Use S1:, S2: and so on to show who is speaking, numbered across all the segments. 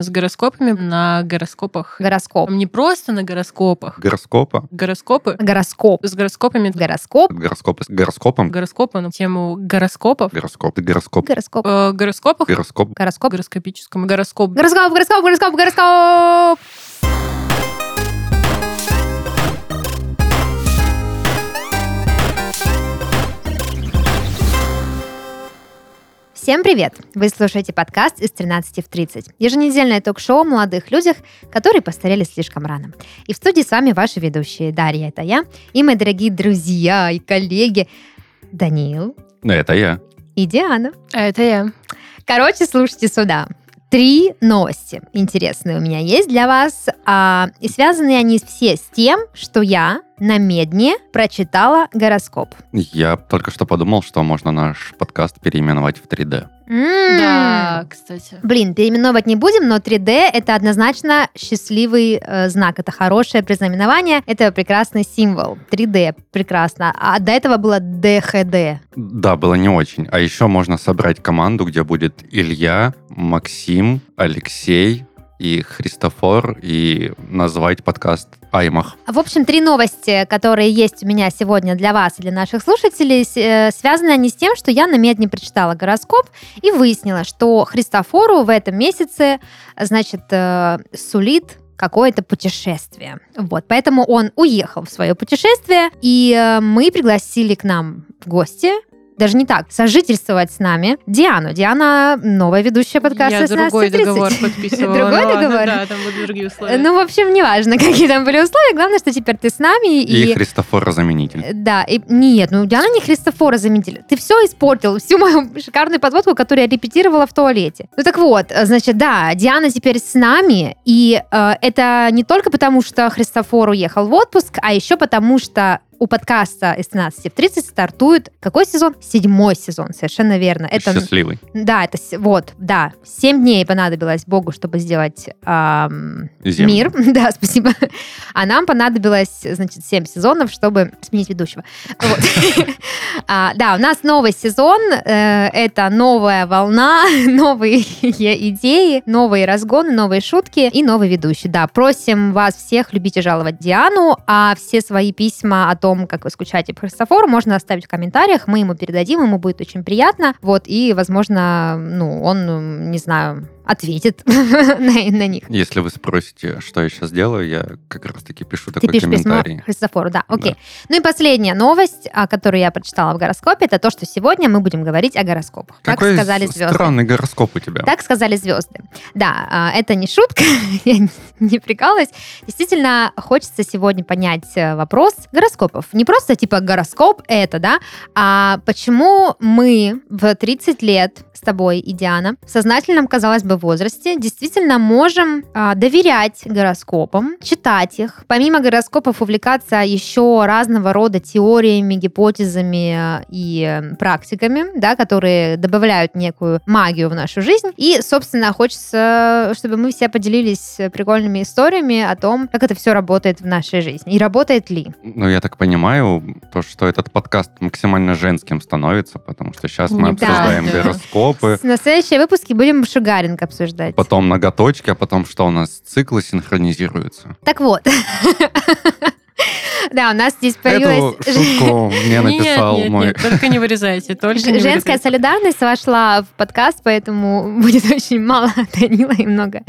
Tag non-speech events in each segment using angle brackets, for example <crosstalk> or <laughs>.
S1: с гороскопами на гороскопах.
S2: Гороскоп.
S1: Не просто на гороскопах.
S3: Гороскопа.
S1: Гороскопы
S2: Гороскоп.
S1: с гороскопами.
S2: Гороскоп.
S3: Гороскопы с гороскопом.
S1: Гороскопы на тему гороскопов.
S3: Гороскоп. Гороскоп.
S2: Гороскоп.
S1: Э, гороскопах.
S3: Гороскоп.
S2: Гороскоп.
S1: Гороскопическому. Гороскоп.
S2: Гороскоп, гороскоп, гороскоп, гороскоп. Всем привет! Вы слушаете подкаст из 13 в 30. Еженедельное ток-шоу о молодых людях, которые постарели слишком рано. И в студии с вами ваши ведущие Дарья, это я, и мои дорогие друзья и коллеги Даниил
S3: Ну, Это я.
S2: и Диана.
S1: А это я.
S2: Короче, слушайте сюда. Три новости интересные у меня есть для вас. А, и связаны они все с тем, что я намедне прочитала гороскоп.
S3: Я только что подумал, что можно наш подкаст переименовать в 3D.
S2: М.
S1: Да, кстати.
S2: Блин, переименовывать не будем, но 3D это однозначно счастливый э, знак. Это хорошее признаменование, это прекрасный символ. 3D прекрасно. А до этого было DHD.
S3: Да, было не очень. А еще можно собрать команду, где будет Илья, Максим, Алексей и Христофор, и назвать подкаст «Аймах».
S2: В общем, три новости, которые есть у меня сегодня для вас и для наших слушателей, с- э, связаны они с тем, что я намедни прочитала гороскоп и выяснила, что Христофору в этом месяце, значит, э, сулит какое-то путешествие. Вот, поэтому он уехал в свое путешествие, и э, мы пригласили к нам в гости даже не так, сожительствовать с нами Диану. Диана новая ведущая подкаста.
S1: Я
S2: 16:30.
S1: другой договор подписывала.
S2: Другой
S1: Ну ладно,
S2: договор?
S1: Да, там будут другие условия.
S2: <laughs> Ну, в общем, неважно, <laughs> какие там были условия. Главное, что теперь ты с нами.
S3: И, Христофора заменитель.
S2: Да, и нет, ну Диана не Христофора заметили. Ты все испортил, всю мою шикарную подводку, которую я репетировала в туалете. Ну так вот, э, значит, да, Диана теперь с нами, и э, это не только потому, что Христофор уехал в отпуск, а еще потому, что у подкаста из 13 в 30 стартует какой сезон? Седьмой сезон, совершенно верно. Это,
S3: Счастливый.
S2: да, это с- вот, да, семь дней понадобилось Богу, чтобы сделать ам, мир.
S3: Землю.
S2: <laughs> Да, спасибо. А нам понадобилось, значит, 7 сезонов, чтобы сменить ведущего. Вот. <laughs> А, Да, у нас новый сезон. э, Это новая волна, <laughs> новые идеи, новые разгоны, новые шутки и новый ведущий. Да, просим вас всех любить и жаловать Диану, а все свои письма о том, как вы скучаете по Христофору, можно оставить в комментариях, мы ему передадим, ему будет очень приятно. Вот, и, возможно, ну, он, м, не знаю, ответит <laughs> на на них.
S3: Если вы спросите, что я сейчас делаю, я как раз-таки пишу
S2: Ты
S3: такой
S2: пишешь письмо
S3: комментарий.
S2: Христофору, да, окей.
S3: Да.
S2: Ну и последняя новость, а, которую я прочитала в гороскопе, это то, что сегодня мы будем говорить о гороскопах. Так
S3: Какой
S2: сказали звезды.
S3: странный гороскоп у тебя.
S2: Так сказали звезды. Да, а, это не шутка, <laughs> я не- не прикалываюсь. Действительно, хочется сегодня понять э, вопрос гороскопов. Не просто типа гороскоп это, да, а почему мы в 30 лет с тобой и Диана в сознательном, казалось бы, возрасте действительно можем а, доверять гороскопам, читать их. Помимо гороскопов увлекаться еще разного рода теориями, гипотезами э, и э, практиками, да, которые добавляют некую магию в нашу жизнь. И, собственно, хочется, чтобы мы все поделились прикольными историями о том, как это все работает в нашей жизни и работает ли.
S3: Ну, я так понимаю, то, что этот подкаст максимально женским становится, потому что сейчас мы
S2: Да,
S3: обсуждаем
S1: да.
S3: гороскопы,
S2: На следующие выпуске будем шугаринг обсуждать.
S3: потом ноготочки, а потом что у нас циклы синхронизируются.
S2: Так вот. <laughs> Да, у нас здесь появилась
S3: Эту шутку
S1: <laughs>
S3: мне написал
S1: нет, нет,
S3: мой...
S1: Нет, только не
S2: <laughs>
S1: вырезайте, только не
S2: ж- женская
S1: вырезайте.
S2: солидарность вошла в подкаст, поэтому <laughs> будет очень мало Данила и много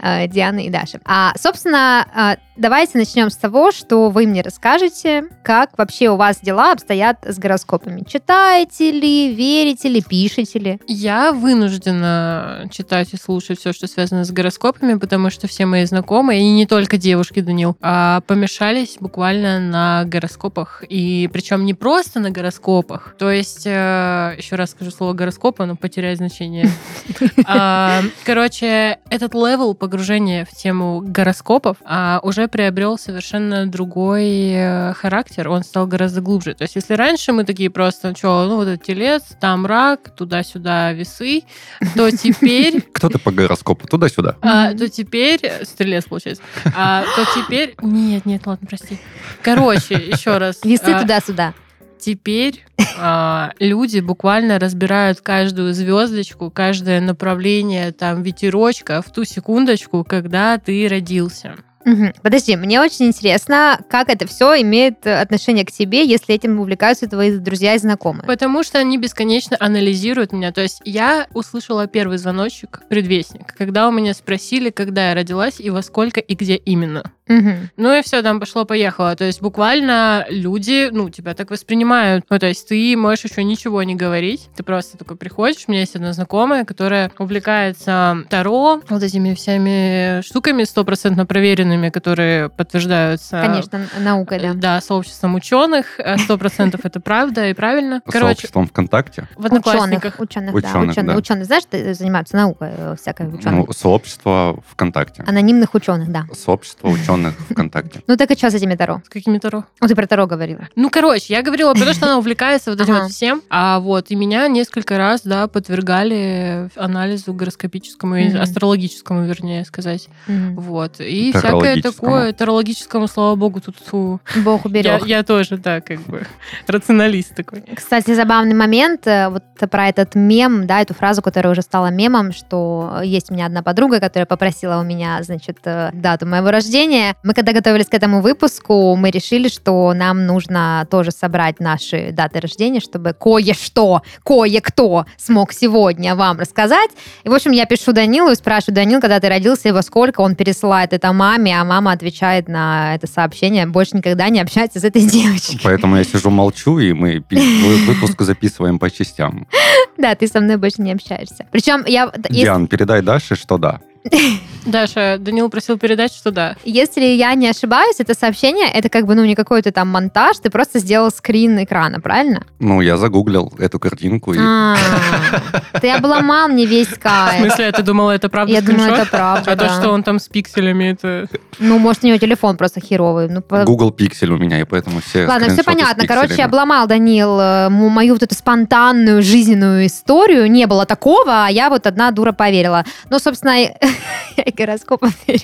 S2: э, Дианы и Даши. А, собственно, э, давайте начнем с того, что вы мне расскажете, как вообще у вас дела обстоят с гороскопами. Читаете ли, верите ли, пишете ли?
S1: Я вынуждена читать и слушать все, что связано с гороскопами, потому что все мои знакомые, и не только девушки, Данил, а, помешались буквально на гороскопах. И причем не просто на гороскопах. То есть, э, еще раз скажу слово гороскопа, но потеряет значение. А, Короче, этот левел погружения в тему гороскопов а, уже приобрел совершенно другой э, характер. Он стал гораздо глубже. То есть, если раньше мы такие просто, что, ну вот этот телец, там рак, туда-сюда весы, то
S3: <laughs>
S1: теперь,
S3: Кто ты по гороскопу? Туда-сюда.
S1: а, то теперь, э, стрелец получается, А, то теперь, нет, нет, ладно, прости. Короче, еще раз.
S2: Весы
S1: а,
S2: туда-сюда.
S1: теперь а, люди буквально разбирают каждую звездочку, каждое направление там ветерочка в ту секундочку, когда ты родился.
S2: Мгм. Подожди, мне очень интересно, как это все имеет э, отношение к тебе, если этим увлекаются твои друзья и знакомые.
S1: Потому что они бесконечно анализируют меня. То есть я услышала первый звоночек, предвестник, когда у меня спросили, когда я родилась и во сколько и где именно.
S2: Мгм.
S1: Ну и все, там пошло-поехало. То есть буквально люди, ну, тебя так воспринимают. Ну, то есть ты можешь еще ничего не говорить. Ты просто такой приходишь. У меня есть одна знакомая, которая увлекается Таро, вот этими всеми штуками стопроцентно проверенными, которые подтверждаются
S2: Конечно, н- наука, да.
S1: А, э, да, сообществом ученых. Э, Сто процентов это правда и правильно. Короче,
S3: Сообществом ВКонтакте.
S1: в одноклассниках.
S2: Ученых, да.
S3: Ученых,
S2: Ученые,
S3: да.
S2: ученые, знаешь, т- занимаются наукой э, всякой ученых.
S3: Ну, сообщество ВКонтакте.
S2: Анонимных ученых, да.
S1: <laughs>
S3: Сообщество ученых ВКонтакте.
S2: Ну так и что с этими Таро?
S1: С какими Таро?
S2: Ну, ты про Таро говорила.
S1: Ну, короче, я говорила про то,
S2: <laughs>
S1: что она увлекается вот этим
S2: Ага.
S1: вот всем. А вот, и меня несколько раз, да, подвергали анализу гороскопическому и
S2: Мгм.
S1: астрологическому, вернее сказать.
S2: Мгм.
S1: Вот. И всякое
S3: Тарологическому.
S1: такое. Тарологическому, слава богу, тут фу.
S2: Бог
S1: Я,
S2: уберег.
S1: я тоже, да, как бы <laughs> рационалист такой.
S2: Кстати, забавный момент, э, вот про этот мем, да, эту фразу, которая уже стала мемом, что есть у меня одна подруга, которая попросила у меня, значит, э, дату моего рождения. Мы когда готовились к этому выпуску, мы решили, что нам нужно тоже собрать наши даты рождения, чтобы кое-что, кое-кто смог сегодня вам рассказать. И, в общем, я пишу Данилу и спрашиваю, Данил, когда ты родился и во сколько? Он пересылает это маме, а мама отвечает на это сообщение, больше никогда не общается с этой девочкой.
S3: Поэтому я сижу молчу, и мы пи- вы- выпуск записываем по частям.
S2: Да, ты со мной больше не общаешься. Причем я, если,
S3: Диан, передай Даше, что да.
S1: Даша, Данил просил передать, что да.
S2: если я не ошибаюсь, это сообщение, это как бы, ну, не какой-то там монтаж, ты просто сделал скрин экрана, правильно?
S3: Ну, я загуглил эту картинку, и
S2: А, Ты обломал мне весь
S1: В
S2: кайф.
S1: смысле, а ты думала, это правда
S2: Я думаю,
S1: скриншот?
S2: это правда,
S1: А то, что
S2: да.
S1: он там с пикселями, это...
S2: Ну, может, у него телефон просто херовый. Ну, по-
S3: Google Pixel у меня, и поэтому все
S2: Ладно, все
S3: скриншоты с
S2: понятно. Короче,
S3: пикселями.
S2: обломал Данил э, м- мою вот эту спонтанную жизненную историю. Не было такого, а я вот одна дура поверила. Ну, собственно, <laughs> и- я и гороскопом верю.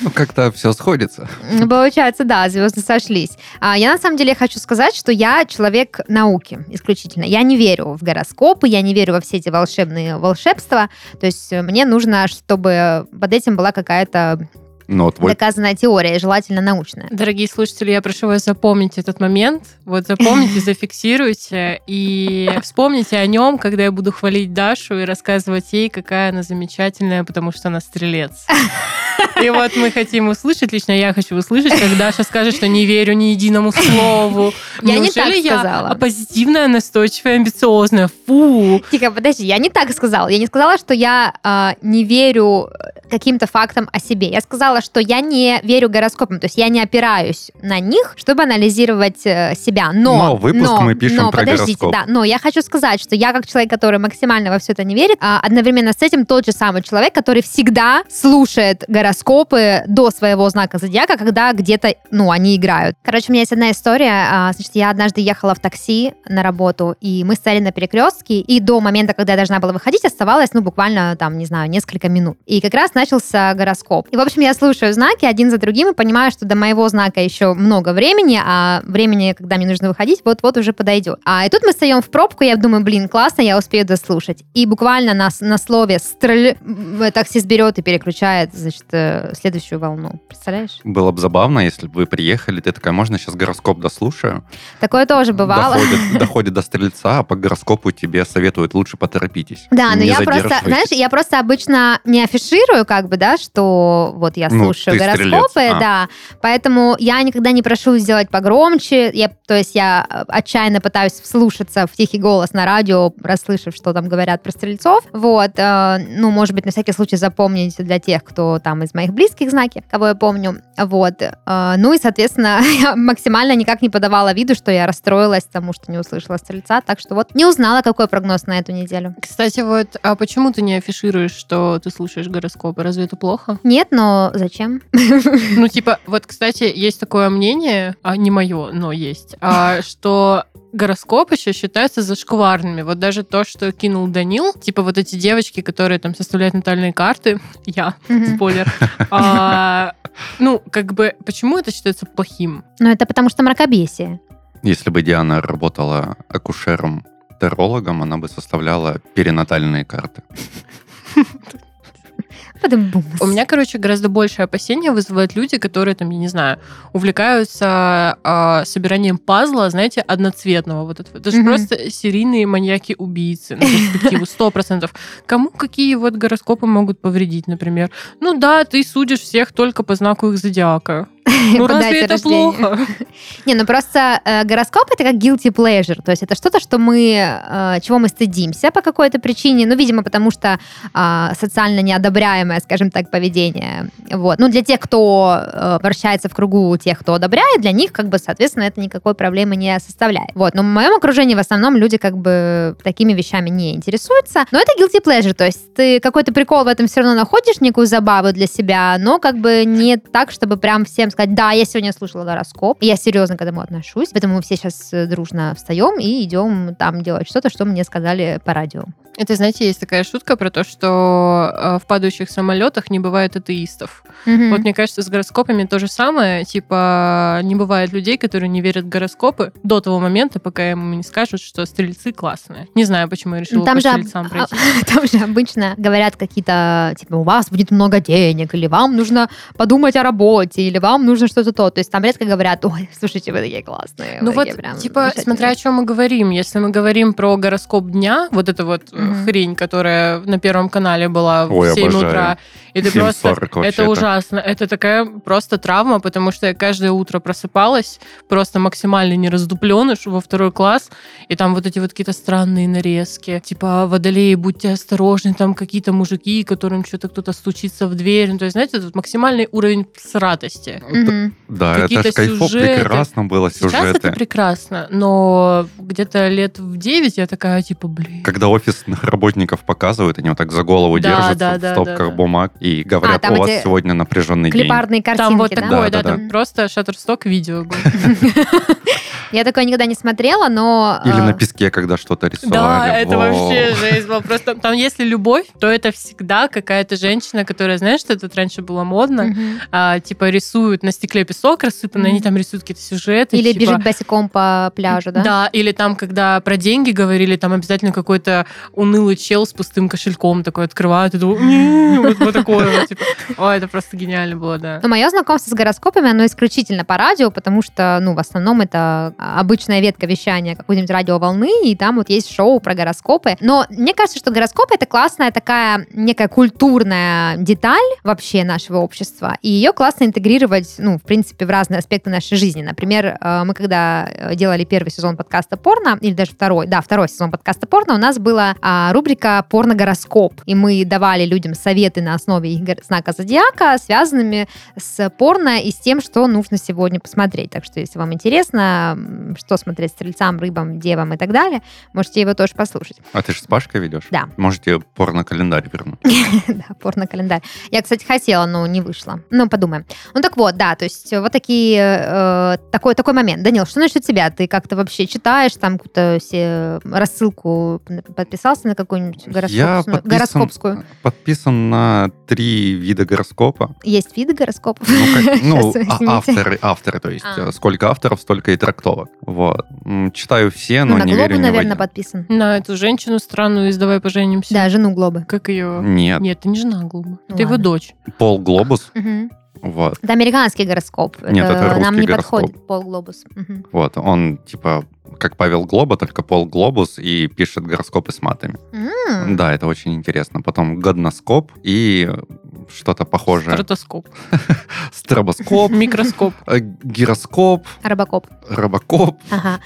S3: Ну, как-то все сходится.
S2: Ну, Получается, да, звезды сошлись. А я на самом деле хочу сказать, что я человек науки исключительно. Я не верю в гороскопы, я не верю во все эти волшебные волшебства. То есть э, мне нужно, чтобы под этим была какая-то
S3: Ну, вот твой
S2: доказанная теория, и желательно научная.
S1: Дорогие слушатели, я прошу вас запомнить этот момент. Вот <laughs> запомните, зафиксируйте и вспомните о нем, когда я буду хвалить Дашу и рассказывать ей, какая она замечательная, потому что она <laughs> стрелец. И вот мы хотим услышать, лично я хочу услышать, как Даша скажет, что не верю ни единому <laughs> слову.
S2: Я не так
S1: Неужели
S2: сказала.
S1: я позитивная, настойчивая, амбициозная? Фу!
S2: Тихо, подожди, я не так сказала. Я не сказала, что я а, не верю э, каким-то фактам о себе. Я сказала, что я не верю гороскопам, то есть я не опираюсь на них, чтобы анализировать э, себя. Но,
S3: Но выпуск
S2: но-
S3: мы пишем
S2: но,
S3: про
S2: подождите,
S3: гороскоп.
S2: да, но я хочу сказать, что я как человек, который максимально во все это не верит, а одновременно с этим тот же самый человек, который всегда слушает гороскопы до своего знака зодиака, когда где-то, ну, они играют. Короче, у меня есть одна история. А, Значит, я однажды ехала в такси на работу, и мы стояли на перекрестке, и до момента, когда я должна была выходить, оставалось, ну, буквально, там, не знаю, несколько минут. И как раз начался гороскоп. И, в общем, я слушаю знаки один за другим и понимаю, что до моего знака еще много времени, а времени, когда мне нужно выходить, вот-вот уже подойдет. А и тут мы встаем в пробку, я думаю, блин, классно, я успею дослушать. И буквально на, с- на слове «стрель» м, таксист берет и переключает, значит, э, следующую волну. Представляешь?
S3: было бы забавно, если бы вы приехали, ты такая, можно сейчас гороскоп дослушаю?
S2: Такое тоже бывало. <laughs>
S3: Доходит, доходит до стрельца, а по гороскопу тебе советуют лучше поторопитесь.
S2: Да, но
S3: Не
S2: я просто,
S3: задерживайтесь.
S2: знаешь, я просто обычно не афиширую, как бы, да, что вот я
S3: Ну,
S2: слушаю
S3: ты стрелец,
S2: гороскопы,
S3: а.
S2: да, поэтому я никогда не прошу сделать погромче, я, то есть я э, отчаянно пытаюсь вслушаться в тихий голос на радио, расслышав, что там говорят про стрельцов, вот, э, ну, может быть, на всякий случай запомнить для тех, кто там из моих близких знаки, кого я помню, вот, э, ну и, соответственно, <laughs> я максимально никак не подавала виду, что я расстроилась тому, что не услышала стрельца, так что вот не узнала, какой прогноз на эту неделю.
S1: Кстати, вот, а почему ты не афишируешь, что ты слушаешь гороскопы? Разве это плохо?
S2: Нет, но зачем?
S1: Ну, типа, вот, кстати, есть такое мнение, а не мое, но есть, а, что гороскоп еще считается зашкварными. Вот даже то, что кинул Данил, типа вот эти девочки, которые там составляют натальные карты, <laughs> я,
S2: Мгм.
S1: спойлер, а, ну, как бы, почему это считается плохим?
S2: Ну, это потому что мракобесие.
S3: Если бы Диана работала акушером-терологом, она бы составляла перинатальные карты.
S2: Потом
S1: У
S2: <laughs>
S1: меня, короче, гораздо больше опасения вызывают люди, которые, там, я не знаю, увлекаются а, собиранием пазла, знаете, одноцветного. Вот этого. Это же
S2: Мгм.
S1: просто серийные маньяки-убийцы на перспективу, 100%. Кому какие вот гороскопы могут повредить, например? Ну да, ты судишь всех только по знаку их зодиака. Ну разве это плохо?
S2: Не, ну просто э, гороскоп это как guilty pleasure, то есть это что-то, что мы, э, чего мы стыдимся по какой-то причине, ну, видимо, потому что а, социально неодобряемое, скажем так, поведение. Вот. Ну, для тех, кто э, вращается в кругу тех, кто одобряет, для них, как бы, соответственно, это никакой проблемы не составляет. Вот. Но в моем окружении в основном люди, как бы, такими вещами не интересуются. Но это guilty pleasure, то есть ты какой-то прикол в этом все равно находишь, некую забаву для себя, но как бы не так, чтобы прям всем сказать, да, я сегодня слушала гороскоп, я серьезно к этому отношусь, поэтому мы все сейчас дружно встаем и идем там делать что-то, что мне сказали по радио.
S1: Это, знаете, есть такая шутка про то, что э, в падающих самолетах не бывает атеистов.
S2: Мгм.
S1: Вот мне кажется, с гороскопами то же самое. Типа, не бывает людей, которые не верят в гороскопы до того момента, пока ему не скажут, что стрельцы классные. Не знаю, почему я решила
S2: Ну, там
S1: по
S2: же, об-
S1: стрельцам пройти.
S2: там же обычно говорят какие-то, типа, у вас будет много денег, или вам нужно подумать о работе, или вам нужно что-то то. То есть там редко говорят, ой, <laughs> слушайте, вы такие классные.
S1: Ну
S2: вы
S1: вот,
S2: такие прям
S1: типа,
S2: замечательные».
S1: смотря о чем мы говорим. Если мы говорим про гороскоп дня, вот эта вот э,
S2: Мгм.
S1: хрень, которая на Первом канале была
S3: Ой,
S1: в 7
S3: обожаю.
S1: утра, и ты просто
S3: 7.40 вообще-то.
S1: Это ужасно. Это такая просто травма, потому что я каждое утро просыпалась, просто максимально нераздупленно, что во второй класс, и там вот эти вот какие-то странные нарезки. Типа, водолеи, будьте осторожны, там какие-то мужики, которым что-то кто-то стучится в дверь. Ну, то есть, знаете, тут максимальный уровень сратости.
S2: Мгм.
S3: Да, это
S1: Какие-то
S3: ж кайфово,
S1: сюжеты.
S3: прекрасно было
S1: Сейчас это
S3: сюжеты.
S1: прекрасно, но где-то лет в 9 я такая, типа, блин.
S3: Когда офисных <laughs> работников показывают, они вот так за голову
S1: Да,
S3: держатся
S1: да,
S3: в
S1: да,
S3: стопках
S1: да, да.
S3: бумаг и говорят,
S2: А, там
S3: у вас
S2: эти
S3: сегодня напряженный день.
S2: Клипарные картинки,
S1: Там вот
S2: да?
S1: такое, да,
S3: Да, да,
S1: там
S2: да.
S1: просто шаттерсток видео. было.
S2: Я такое никогда не смотрела, но...
S3: Или
S2: э,
S3: на песке, когда что-то рисовали.
S1: Да, это
S3: Воу.
S1: вообще жесть была. Просто там, если любовь, то это всегда какая-то женщина, которая, знаешь, что тут раньше было модно,
S2: мгм.
S1: а, типа рисуют на стекле песок рассыпанный,
S2: Мгм.
S1: они там рисуют какие-то сюжеты.
S2: Или
S1: типа-
S2: бежит босиком по пляжу, да?
S1: Да, или там, когда про деньги говорили, там обязательно какой-то унылый чел с пустым кошельком такой открывает, и думаю, «Не-е-е», вот, вот такое. вот, типа. Ой, это просто гениально было, да.
S2: Но мое знакомство с гороскопами, оно исключительно по радио, потому что, ну, в основном это а, обычная ветка вещания какой-нибудь радиоволны, и там вот есть шоу про гороскопы. Но мне кажется, что гороскопы это классная такая некая культурная деталь вообще нашего общества, и ее классно интегрировать, ну, в принципе, в разные аспекты нашей жизни. Например, э, мы когда э, делали первый сезон подкаста «Порно», или даже второй, да, второй сезон подкаста «Порно», у нас была а, рубрика «Порно-гороскоп», и мы давали людям советы на основе их горо- знака зодиака, связанными с порно и с тем, что нужно сегодня посмотреть. Так что, если вам интересно, м, что смотреть стрельцам, рыбам, девам и так далее, можете его тоже послушать. <laughs>
S3: А ты же с Пашкой ведешь?
S2: Да.
S3: Можете порно-календарь вернуть.
S2: Да, порно-календарь. Я, кстати, хотела, но не вышло. Ну, подумаем. Ну, так вот, да, то есть э, вот такие... э, такой, такой момент. Данил, что насчет тебя? Ты как-то вообще читаешь там какую-то се- рассылку, подписался на какую-нибудь
S3: Я
S2: гороскопскую?
S3: подписан-
S2: гороскопскую?
S3: подписан на три вида гороскопа.
S2: Есть виды гороскопов?
S3: Ну,
S2: <laughs>
S3: как- ну,
S2: Сейчас,
S3: а-
S2: извините.
S3: авторы, авторы, то есть
S2: А.
S3: э, сколько авторов, столько и трактовок. Вот. М, Читаю все,
S2: Ну,
S3: но
S2: на
S3: не верю
S2: Глобу,
S3: ни в
S2: наверное,
S3: один.
S2: подписан.
S1: На эту женщину странную из «Давай поженимся».
S2: Да, жену Глобы.
S1: Как ее...
S3: Нет,
S1: Нет, ты не жена Глуба.
S2: Ну
S1: Ты его
S2: ладно.
S1: дочь.
S3: пол глобус.
S2: Мгм.
S3: Вот,
S2: Это американский гороскоп.
S3: Нет, это
S2: нам
S3: русский
S2: не
S3: гороскоп.
S2: подходит полглобус. Мгм.
S3: вот. Он типа как Павел Глоба, только пол глобус и пишет гороскопы с матами.
S2: М.
S3: Да, это очень интересно. Потом годноскоп и что-то похожее.
S1: Стратоскоп.
S3: Стробоскоп,
S1: Микроскоп.
S3: э, гироскоп,
S2: Робокоп.
S3: робокоп.
S2: Ага.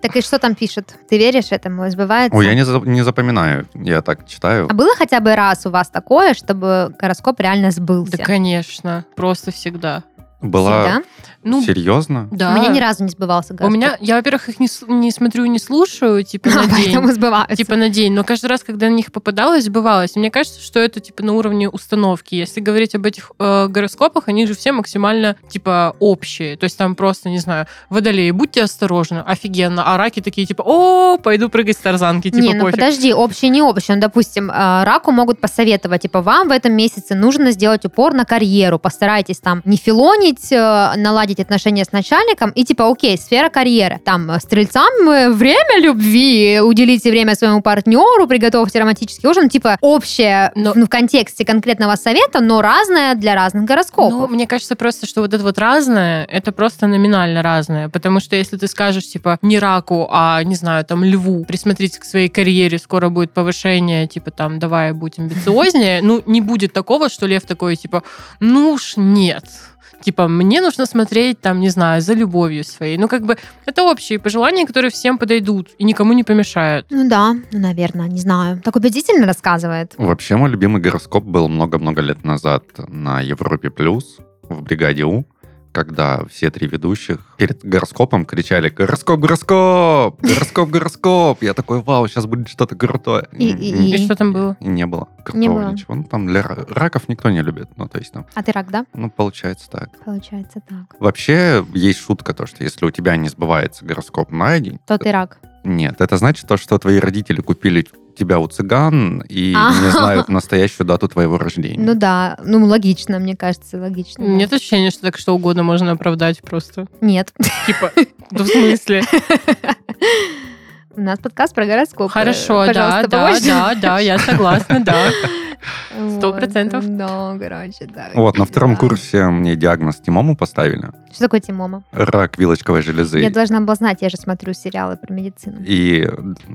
S2: Так и что там пишет? Ты веришь этому? Сбывается?
S3: Ой, я не, за- не запоминаю, я так читаю.
S2: А было хотя бы раз у вас такое, чтобы гороскоп реально сбылся?
S1: Да, конечно. Просто всегда.
S3: Была
S2: Всегда?
S1: Ну,
S3: серьезно?
S1: да.
S2: У меня ни разу не сбывался
S1: У
S2: гороскоп.
S1: меня, я, во-первых, их не, с- не смотрю, не слушаю,
S2: <laughs>
S1: типа,
S2: А,
S1: на день.
S2: поэтому сбываются.
S1: Типа на день, но каждый раз, когда на них попадалось, сбывалось. Мне кажется, что это типа на уровне установки. Если говорить об этих э, гороскопах, они же все максимально типа общие. То есть там просто, не знаю, водолеи, будьте осторожны, офигенно. А раки такие типа, о, пойду прыгать с тарзанки, типа
S2: не, ну
S1: пофиг.
S2: подожди, общее не общее. Ну, допустим, э, раку могут посоветовать, типа, вам в этом месяце нужно сделать упор на карьеру, постарайтесь там не филонить, вспомнить, э, наладить отношения с начальником и типа, окей, сфера карьеры. Там э, стрельцам э, время любви, уделите время своему партнеру, приготовьте романтический ужин. Типа общее
S1: Но-
S2: ну, в контексте конкретного совета, но разное для разных
S1: Ну,
S2: гороскопов.
S1: мне кажется просто, что вот это вот разное, это просто номинально разное. Потому что если ты скажешь, типа, не раку, а, не знаю, там, льву, присмотритесь к своей карьере, скоро будет повышение, типа, там, давай будь амбициознее, ну, не будет такого, что лев такой, типа, ну уж нет. Типа, мне нужно смотреть, там, не знаю, за любовью своей. Ну, как бы, это общие пожелания, которые всем подойдут и никому не помешают.
S2: Ну да, ну, наверное, не знаю. Так убедительно рассказывает.
S3: Вообще, мой любимый гороскоп был много-много лет назад на Европе Плюс в бригаде У, когда все три ведущих перед гороскопом кричали «Гороскоп, гороскоп! Гороскоп, гороскоп!» Я такой «Вау, сейчас будет что-то крутое!»
S2: И- и-
S1: И что там было?
S3: И не было крутого
S2: было.
S3: ничего. Ну, там для ра- раков никто не любит. Ну, то есть, там,
S2: А ты рак, да?
S3: ну, получается так.
S2: Получается так.
S3: Вообще, есть шутка то, что если у тебя не сбывается гороскоп на день,
S2: То ты рак.
S3: нет, это значит то, что твои родители купили тебя у цыган и не
S2: А.
S3: знают настоящую дату твоего рождения.
S2: Ну да, ну логично, мне кажется, логично. да.
S1: Нет ощущения, что так что угодно можно оправдать просто.
S2: Нет. <laughs>
S1: Типа, да в смысле?
S2: У нас подкаст про гороскоп.
S1: Хорошо, да,
S2: э, Пожалуйста,
S1: да,
S2: помочь.
S1: да, да, я согласна, да. Сто
S2: <laughs> Вот,
S1: процентов.
S2: Да, короче, да.
S3: Вот, на втором
S2: Да.
S3: курсе мне диагноз тимому поставили.
S2: Что такое Тимома?
S3: Рак вилочковой железы.
S2: Я должна была знать, я же смотрю сериалы про медицину.
S3: И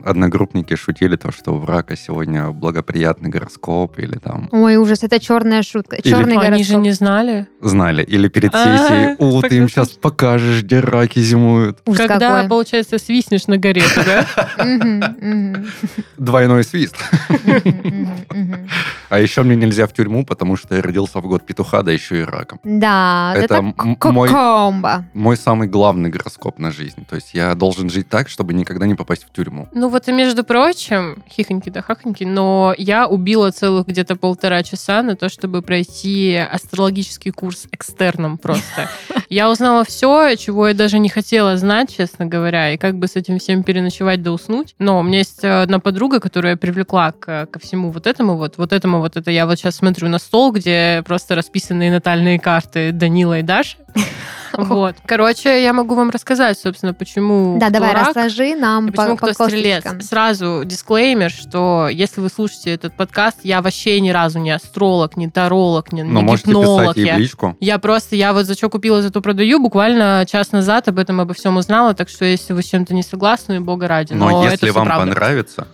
S3: одногруппники шутили то, что у рака сегодня благоприятный гороскоп или там
S2: Ой, ужас, это черная шутка. Черный
S1: Они же
S2: гороскоп.
S1: не знали.
S3: знали. Или перед
S1: А, <laughs>
S3: сессией, о, ты им
S1: прекрасно.
S3: сейчас покажешь, где раки зимуют.
S2: Ужас
S1: Когда,
S2: какой.
S1: получается, свистнешь на горе, да?
S2: Мгм, мгм,
S3: Двойной свист. <laughs>
S2: мгм, мгм.
S3: А еще мне нельзя в тюрьму, потому что я родился в год петуха, да еще и раком.
S2: Да,
S3: Это
S2: это
S3: м-
S2: к-
S3: мой-
S2: комбо.
S3: Мой самый главный гороскоп на жизнь. То есть я должен жить так, чтобы никогда не попасть в тюрьму.
S1: Ну вот, и между прочим, хихоньки да хахоньки, но я убила целых где-то полтора часа на то, чтобы пройти астрологический курс экстерном
S2: <laughs>
S1: просто. Я узнала все, чего я даже не хотела знать, честно говоря, и как бы с этим всем переночевать да уснуть. Но у меня есть э, одна подруга, которая привлекла к- ко всему вот этому вот, вот этому вот. Это я вот сейчас смотрю на стол, где просто расписаны натальные карты Данила и
S2: <laughs>
S1: Даши. Вот. Короче, я могу вам рассказать, собственно, почему
S2: Да,
S1: кто
S2: давай,
S1: рак,
S2: расскажи
S1: и
S2: нам по
S1: почему
S2: Ну, по
S1: кто стрелец?
S2: косточкам.
S1: Сразу дисклеймер, что если вы слушаете этот подкаст, я вообще ни разу не астролог, не таролог, не,
S3: Но
S1: не
S3: Ну, можете писать
S1: гипнолог.
S3: ей в
S1: Я,
S3: личку.
S1: я просто, я вот за что купила, зато продаю, буквально час назад об этом обо всем узнала, так что если вы с чем-то не согласны, бога ради.
S3: Но,
S1: Но, это
S3: если
S1: всё
S3: вам
S1: правда.
S3: понравится,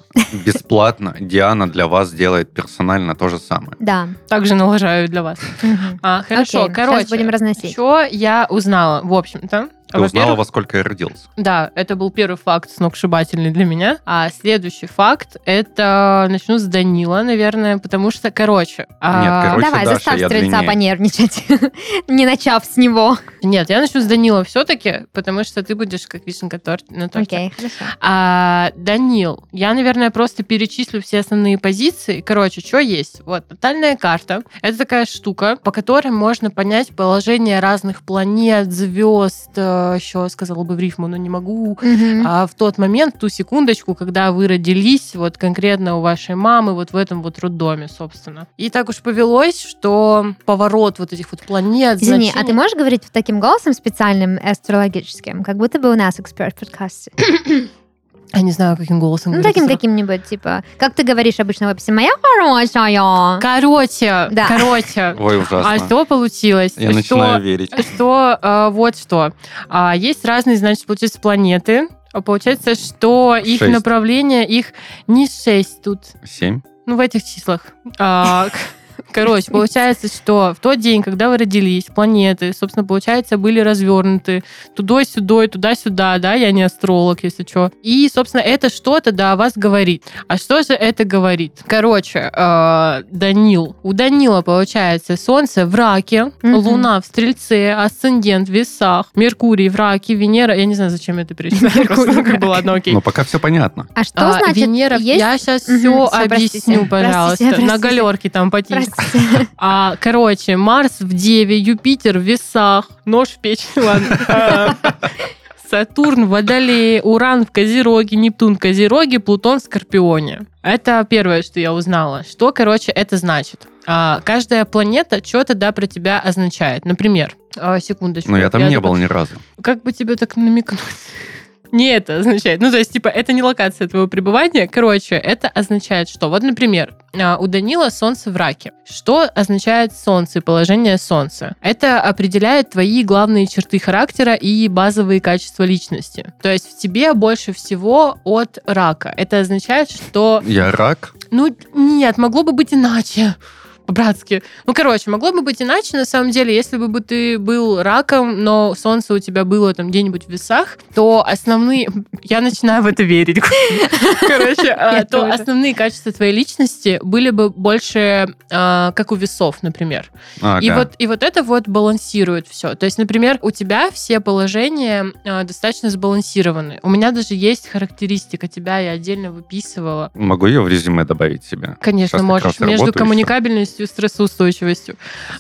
S3: бесплатно Диана для вас делает персонально то же самое.
S2: Да.
S1: Также налажаю для вас.
S2: Мгм.
S1: А, хорошо,
S2: Окей,
S1: короче.
S2: Сейчас будем разносить.
S1: Что я узнала, в общем-то?
S3: Ты узнала,
S1: Во-первых,
S3: во сколько я родился?
S1: Да, это был первый факт сногсшибательный для меня. А следующий факт, это начну с Данила, наверное, потому что, короче... а,
S3: Нет, короче,
S2: Давай,
S3: Даша,
S2: заставь
S3: я
S2: стрельца
S3: длиннее.
S2: понервничать, <laughs> не начав с него.
S1: Нет, я начну с Данила все-таки, потому что ты будешь как вишенка торт, на торте.
S2: Окей, хорошо.
S1: А, Данил, я, наверное, просто перечислю все основные позиции. Короче, что есть? Вот, натальная карта. Это такая штука, по которой можно понять положение разных планет, звезд, еще сказала бы в рифму, но не могу.
S2: Мгм.
S1: А в тот момент, ту секундочку, когда вы родились, вот конкретно у вашей мамы, вот в этом вот роддоме, собственно. И так уж повелось, что поворот вот этих вот планет,
S2: Извини, а
S1: значений-
S2: ты можешь говорить вот таким голосом специальным астрологическим, как будто бы у нас эксперт в подкасте?
S1: Я не знаю, каким голосом
S2: Ну,
S1: говорится.
S2: таким каким-нибудь, типа, как ты говоришь обычно в описи, моя хорошая.
S1: Короче,
S2: Да.
S1: короче.
S3: Ой,
S1: А
S3: <laughs> ужасно.
S1: что получилось?
S3: Я
S1: что,
S3: начинаю верить.
S1: что, э, вот что. А, есть разные, значит, получается, планеты. А Получается, что их
S3: Шесть.
S1: направление, их не шесть тут,
S3: Семь?
S1: Ну, в этих числах. <laughs> А, к- Короче, получается, что в тот день, когда вы родились, планеты, собственно, получается, были развернуты тудой-сюдой, туда-сюда, да, я не астролог, если что. И, собственно, это что-то, да, о вас говорит. А что же это говорит? Короче, э, Данил. У Данила, получается, Солнце в раке,
S2: Мгм.
S1: Луна в стрельце, Асцендент в весах, Меркурий в раке, Венера... Я не знаю, зачем я это перечисляю.
S2: Меркурий в
S1: Просто как
S2: раке.
S1: было, ладно, окей.
S3: Ну, пока все понятно.
S2: А что
S1: А,
S2: значит
S1: Венера,
S2: есть?
S1: я сейчас
S2: Мгм,
S1: все
S2: всё, простите,
S1: объясню, пожалуйста.
S2: простите,
S1: На
S2: простите.
S1: галерке там потише.
S2: Простите.
S1: А, короче, Марс в Деве, Юпитер в весах, нож в печени, <laughs> ладно. А, Сатурн в Водолее, Уран в Козероге, Нептун в Козероге, Плутон в Скорпионе. Это первое, что я узнала. Что, короче, это значит? а, каждая планета что-то да про тебя означает. Например, а, секундочку.
S3: Но Ну, я там не
S1: забыл-
S3: был ни разу.
S1: Как бы тебе так намекнуть? Не это означает. Ну, то есть, типа, это не локация твоего пребывания. Короче, это означает что? Вот, например, а, у Данила солнце в раке. Что означает солнце и положение солнца? Это определяет твои главные черты характера и базовые качества личности. То есть в тебе больше всего от рака. Это означает, что
S3: Я рак.
S1: ну, нет, могло бы быть иначе. По-братски. Ну, короче, могло бы быть иначе, на самом деле, если бы бы ты был раком, но солнце у тебя было там где-нибудь в весах, то основные... Я начинаю в это
S2: <laughs>
S1: верить. Короче, а,
S2: Я
S1: то
S2: тоже.
S1: основные качества твоей личности были бы больше а, как у весов, например. И
S3: Ага.
S1: вот, и вот это вот балансирует все. То есть, например, у тебя все положения а, достаточно сбалансированы. У меня даже есть характеристика тебя, я отдельно выписывала.
S3: Могу ее в резюме добавить себе?
S1: Конечно,
S3: Сейчас как
S1: можешь.
S3: раз
S1: Между
S3: работаю ещё.
S1: коммуникабельностью и стрессоустойчивостью.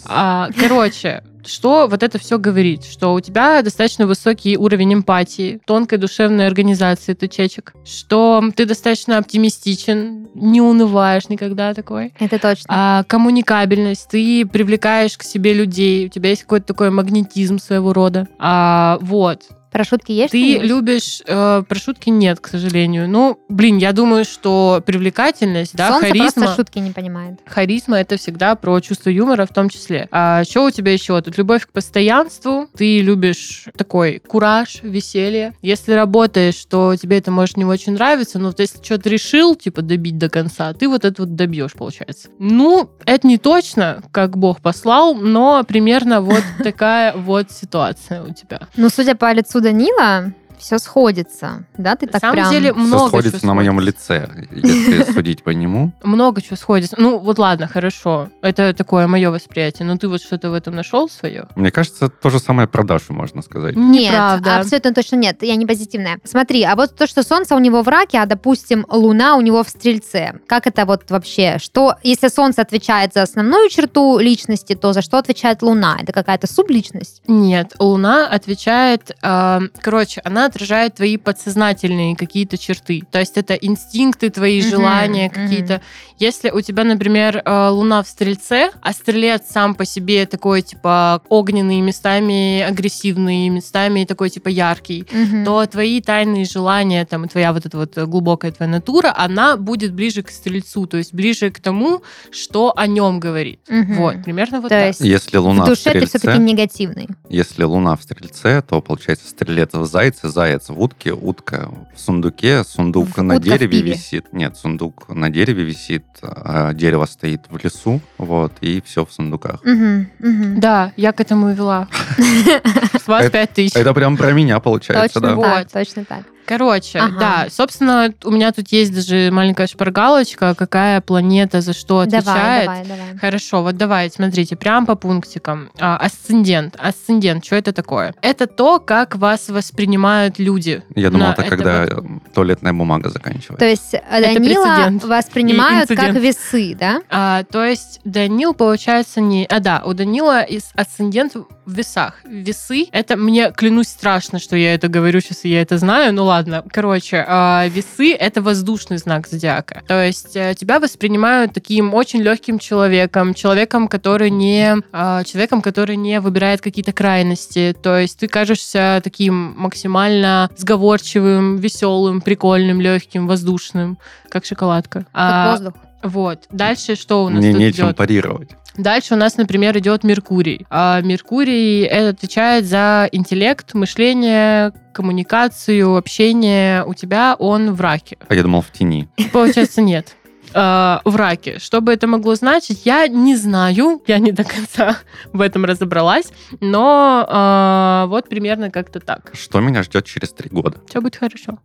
S1: А, короче, что вот это все говорит? Что у тебя достаточно высокий уровень эмпатии, тонкой душевной организации тычечек, что ты достаточно оптимистичен, не унываешь никогда такой.
S2: <laughs> Это точно.
S1: А, коммуникабельность, ты привлекаешь к себе людей, у тебя есть какой-то такой магнетизм своего рода. А, вот.
S2: Про шутки есть?
S1: Ты
S2: что-нибудь?
S1: любишь э, прошутки? Нет, к сожалению. Ну, блин, я думаю, что привлекательность, да,
S2: Солнце
S1: харизма.
S2: просто шутки не понимает.
S1: Харизма это всегда про чувство юмора в том числе. А что у тебя еще? Тут любовь к постоянству, ты любишь такой кураж, веселье. Если работаешь, то тебе это может не очень нравиться, но вот если что-то решил, типа, добить до конца, ты вот это вот добьешь, получается. Ну, это не точно, как Бог послал, но примерно вот <laughs> такая вот ситуация у тебя.
S2: Ну, судя по лицу Данила, все сходится. Да, ты
S1: На
S2: так
S1: самом
S2: прям...
S1: деле
S3: Все
S1: много
S3: сходится
S1: чего
S3: на моем
S1: сходится.
S3: лице, если судить по нему.
S1: Много чего сходится. Ну, вот ладно, хорошо. Это такое мое восприятие. Но ты вот что-то в этом нашел свое?
S3: Мне кажется, то же самое продажу можно сказать.
S2: Нет, абсолютно точно нет. Я не позитивная. Смотри, а вот то, что Солнце у него в раке, а, допустим, Луна у него в Стрельце. Как это вот вообще? Что, если Солнце отвечает за основную черту личности, то за что отвечает Луна? Это какая-то субличность?
S1: Нет, Луна отвечает, э, короче, она отражает твои подсознательные какие-то черты. То есть это инстинкты твои,
S2: Мгм,
S1: желания
S2: мгм.
S1: какие-то. Если у тебя, например, э, Луна в Стрельце, а Стрелец сам по себе такой, типа, огненный, местами агрессивный, местами такой, типа, яркий,
S2: Мгм.
S1: то твои тайные желания, там, и твоя вот эта вот глубокая твоя натура, она будет ближе к Стрельцу, то есть ближе к тому, что о нем говорит.
S2: Мгм.
S1: Вот, примерно вот
S2: То
S1: так.
S2: есть
S3: Если луна
S2: в
S3: в,
S2: душе ты все-таки
S3: стрельце,
S2: негативный.
S3: если луна в стрельце, то получается стрелец в зайце, заяц в утке, утка в сундуке, сундук
S2: В-
S3: на
S2: утка в
S3: дереве
S2: пиве.
S3: висит. Нет, сундук на дереве висит, а дерево стоит в лесу, вот, и все в сундуках.
S2: Мгм, <laughs> мгм.
S1: Да, я к этому и
S2: <laughs>
S1: вела. С вас
S3: Это-
S1: пять тысяч.
S3: Это прям про меня получается,
S2: Точно
S3: да.
S1: вот.
S2: так, точно так.
S1: Короче,
S2: Ага.
S1: да. Собственно, у меня тут есть даже маленькая шпаргалочка, какая планета за что отвечает.
S2: Давай, давай, давай.
S1: Хорошо, вот давай, смотрите, прям по пунктикам. А, асцендент. Асцендент, что это такое? Это то, как вас воспринимают люди.
S3: Я думал,
S1: На
S3: это
S1: это
S3: когда
S1: вот-
S3: м, туалетная бумага заканчивается.
S2: То есть э, Данила
S1: прецедент.
S2: воспринимают
S1: И
S2: как
S1: инцидент.
S2: весы, да?
S1: А, то есть Данил, получается, не... А, да, у Данила из асцендент в весах. Весы — это, мне, клянусь, страшно, что я это говорю сейчас, и я это знаю, ну ладно. Короче, а, весы — это воздушный знак зодиака. То есть э, тебя воспринимают таким очень легким человеком, человеком, который не... а, человеком, который не выбирает какие-то крайности. То есть ты кажешься таким максимально сговорчивым, веселым, прикольным, легким, воздушным, как шоколадка.
S2: Как
S1: А,
S2: воздух.
S1: вот. Дальше что у нас
S3: Мне
S1: тут
S3: нечем
S1: идет?
S3: парировать.
S1: Дальше у нас, например, идет Меркурий. А Меркурий это отвечает за интеллект, мышление, коммуникацию, общение. У тебя он в раке.
S3: А я думал, в тени.
S1: Получается, нет. А, В раке. Что бы это могло значить, я не знаю, я не до конца в этом разобралась, но а, вот примерно как-то так.
S3: Что меня ждет через три года?
S1: Все будет хорошо.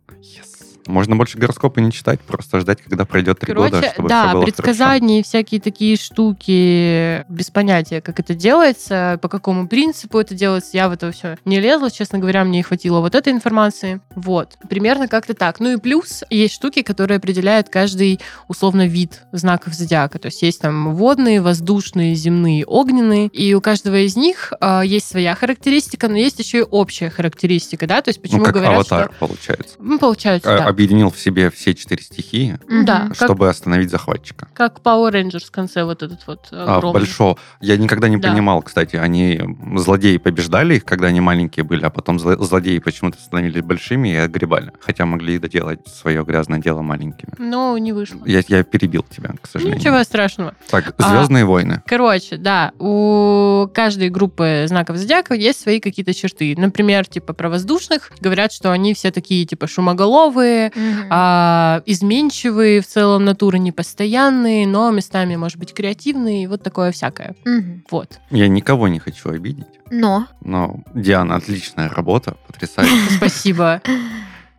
S3: Можно больше гороскопы не читать, просто ждать, когда пройдет три
S1: Короче,
S3: года, чтобы
S1: да,
S3: все было хорошо.
S1: предсказания и всякие такие штуки, без понятия, как это делается, по какому принципу это делается, я в это все не лезла, честно говоря, мне не хватило вот этой информации. Вот, примерно как-то так. Ну и плюс есть штуки, которые определяют каждый условно вид знаков зодиака. То есть есть там водные, воздушные, земные, огненные. И у каждого из них а, есть своя характеристика, но есть еще и общая характеристика, да, то есть почему
S3: ну, как
S1: говорят,
S3: аватар,
S1: что...
S3: получается.
S1: Ну, получается,
S3: Э,
S1: да.
S3: объединил в себе все четыре стихии,
S2: Мгм.
S1: Да. Как-
S3: чтобы остановить захватчика.
S1: Как Power Rangers в конце вот этот вот э,
S3: А,
S1: огромный.
S3: большого. Я никогда не
S1: Да.
S3: понимал, кстати, они м, злодеи побеждали их, когда они маленькие были, а потом зло- злодеи почему-то становились большими и огребали. Хотя могли доделать свое грязное дело маленькими.
S1: Ну, не вышло.
S3: Я, я перебил тебя, к сожалению.
S1: Ничего страшного.
S3: Так,
S1: А-
S3: Звездные войны.
S1: Короче, да, у каждой группы знаков зодиака есть свои какие-то черты. Например, типа про воздушных говорят, что они все такие типа шумоголовые,
S2: Мгм.
S1: а, изменчивые, в целом натуры непостоянные, но местами, может быть, креативные и вот такое всякое.
S2: Мгм.
S1: Вот.
S3: Я никого не хочу обидеть,
S2: Но.
S3: но Диана, отличная работа,
S1: <laughs>
S3: потрясающе.
S1: Спасибо.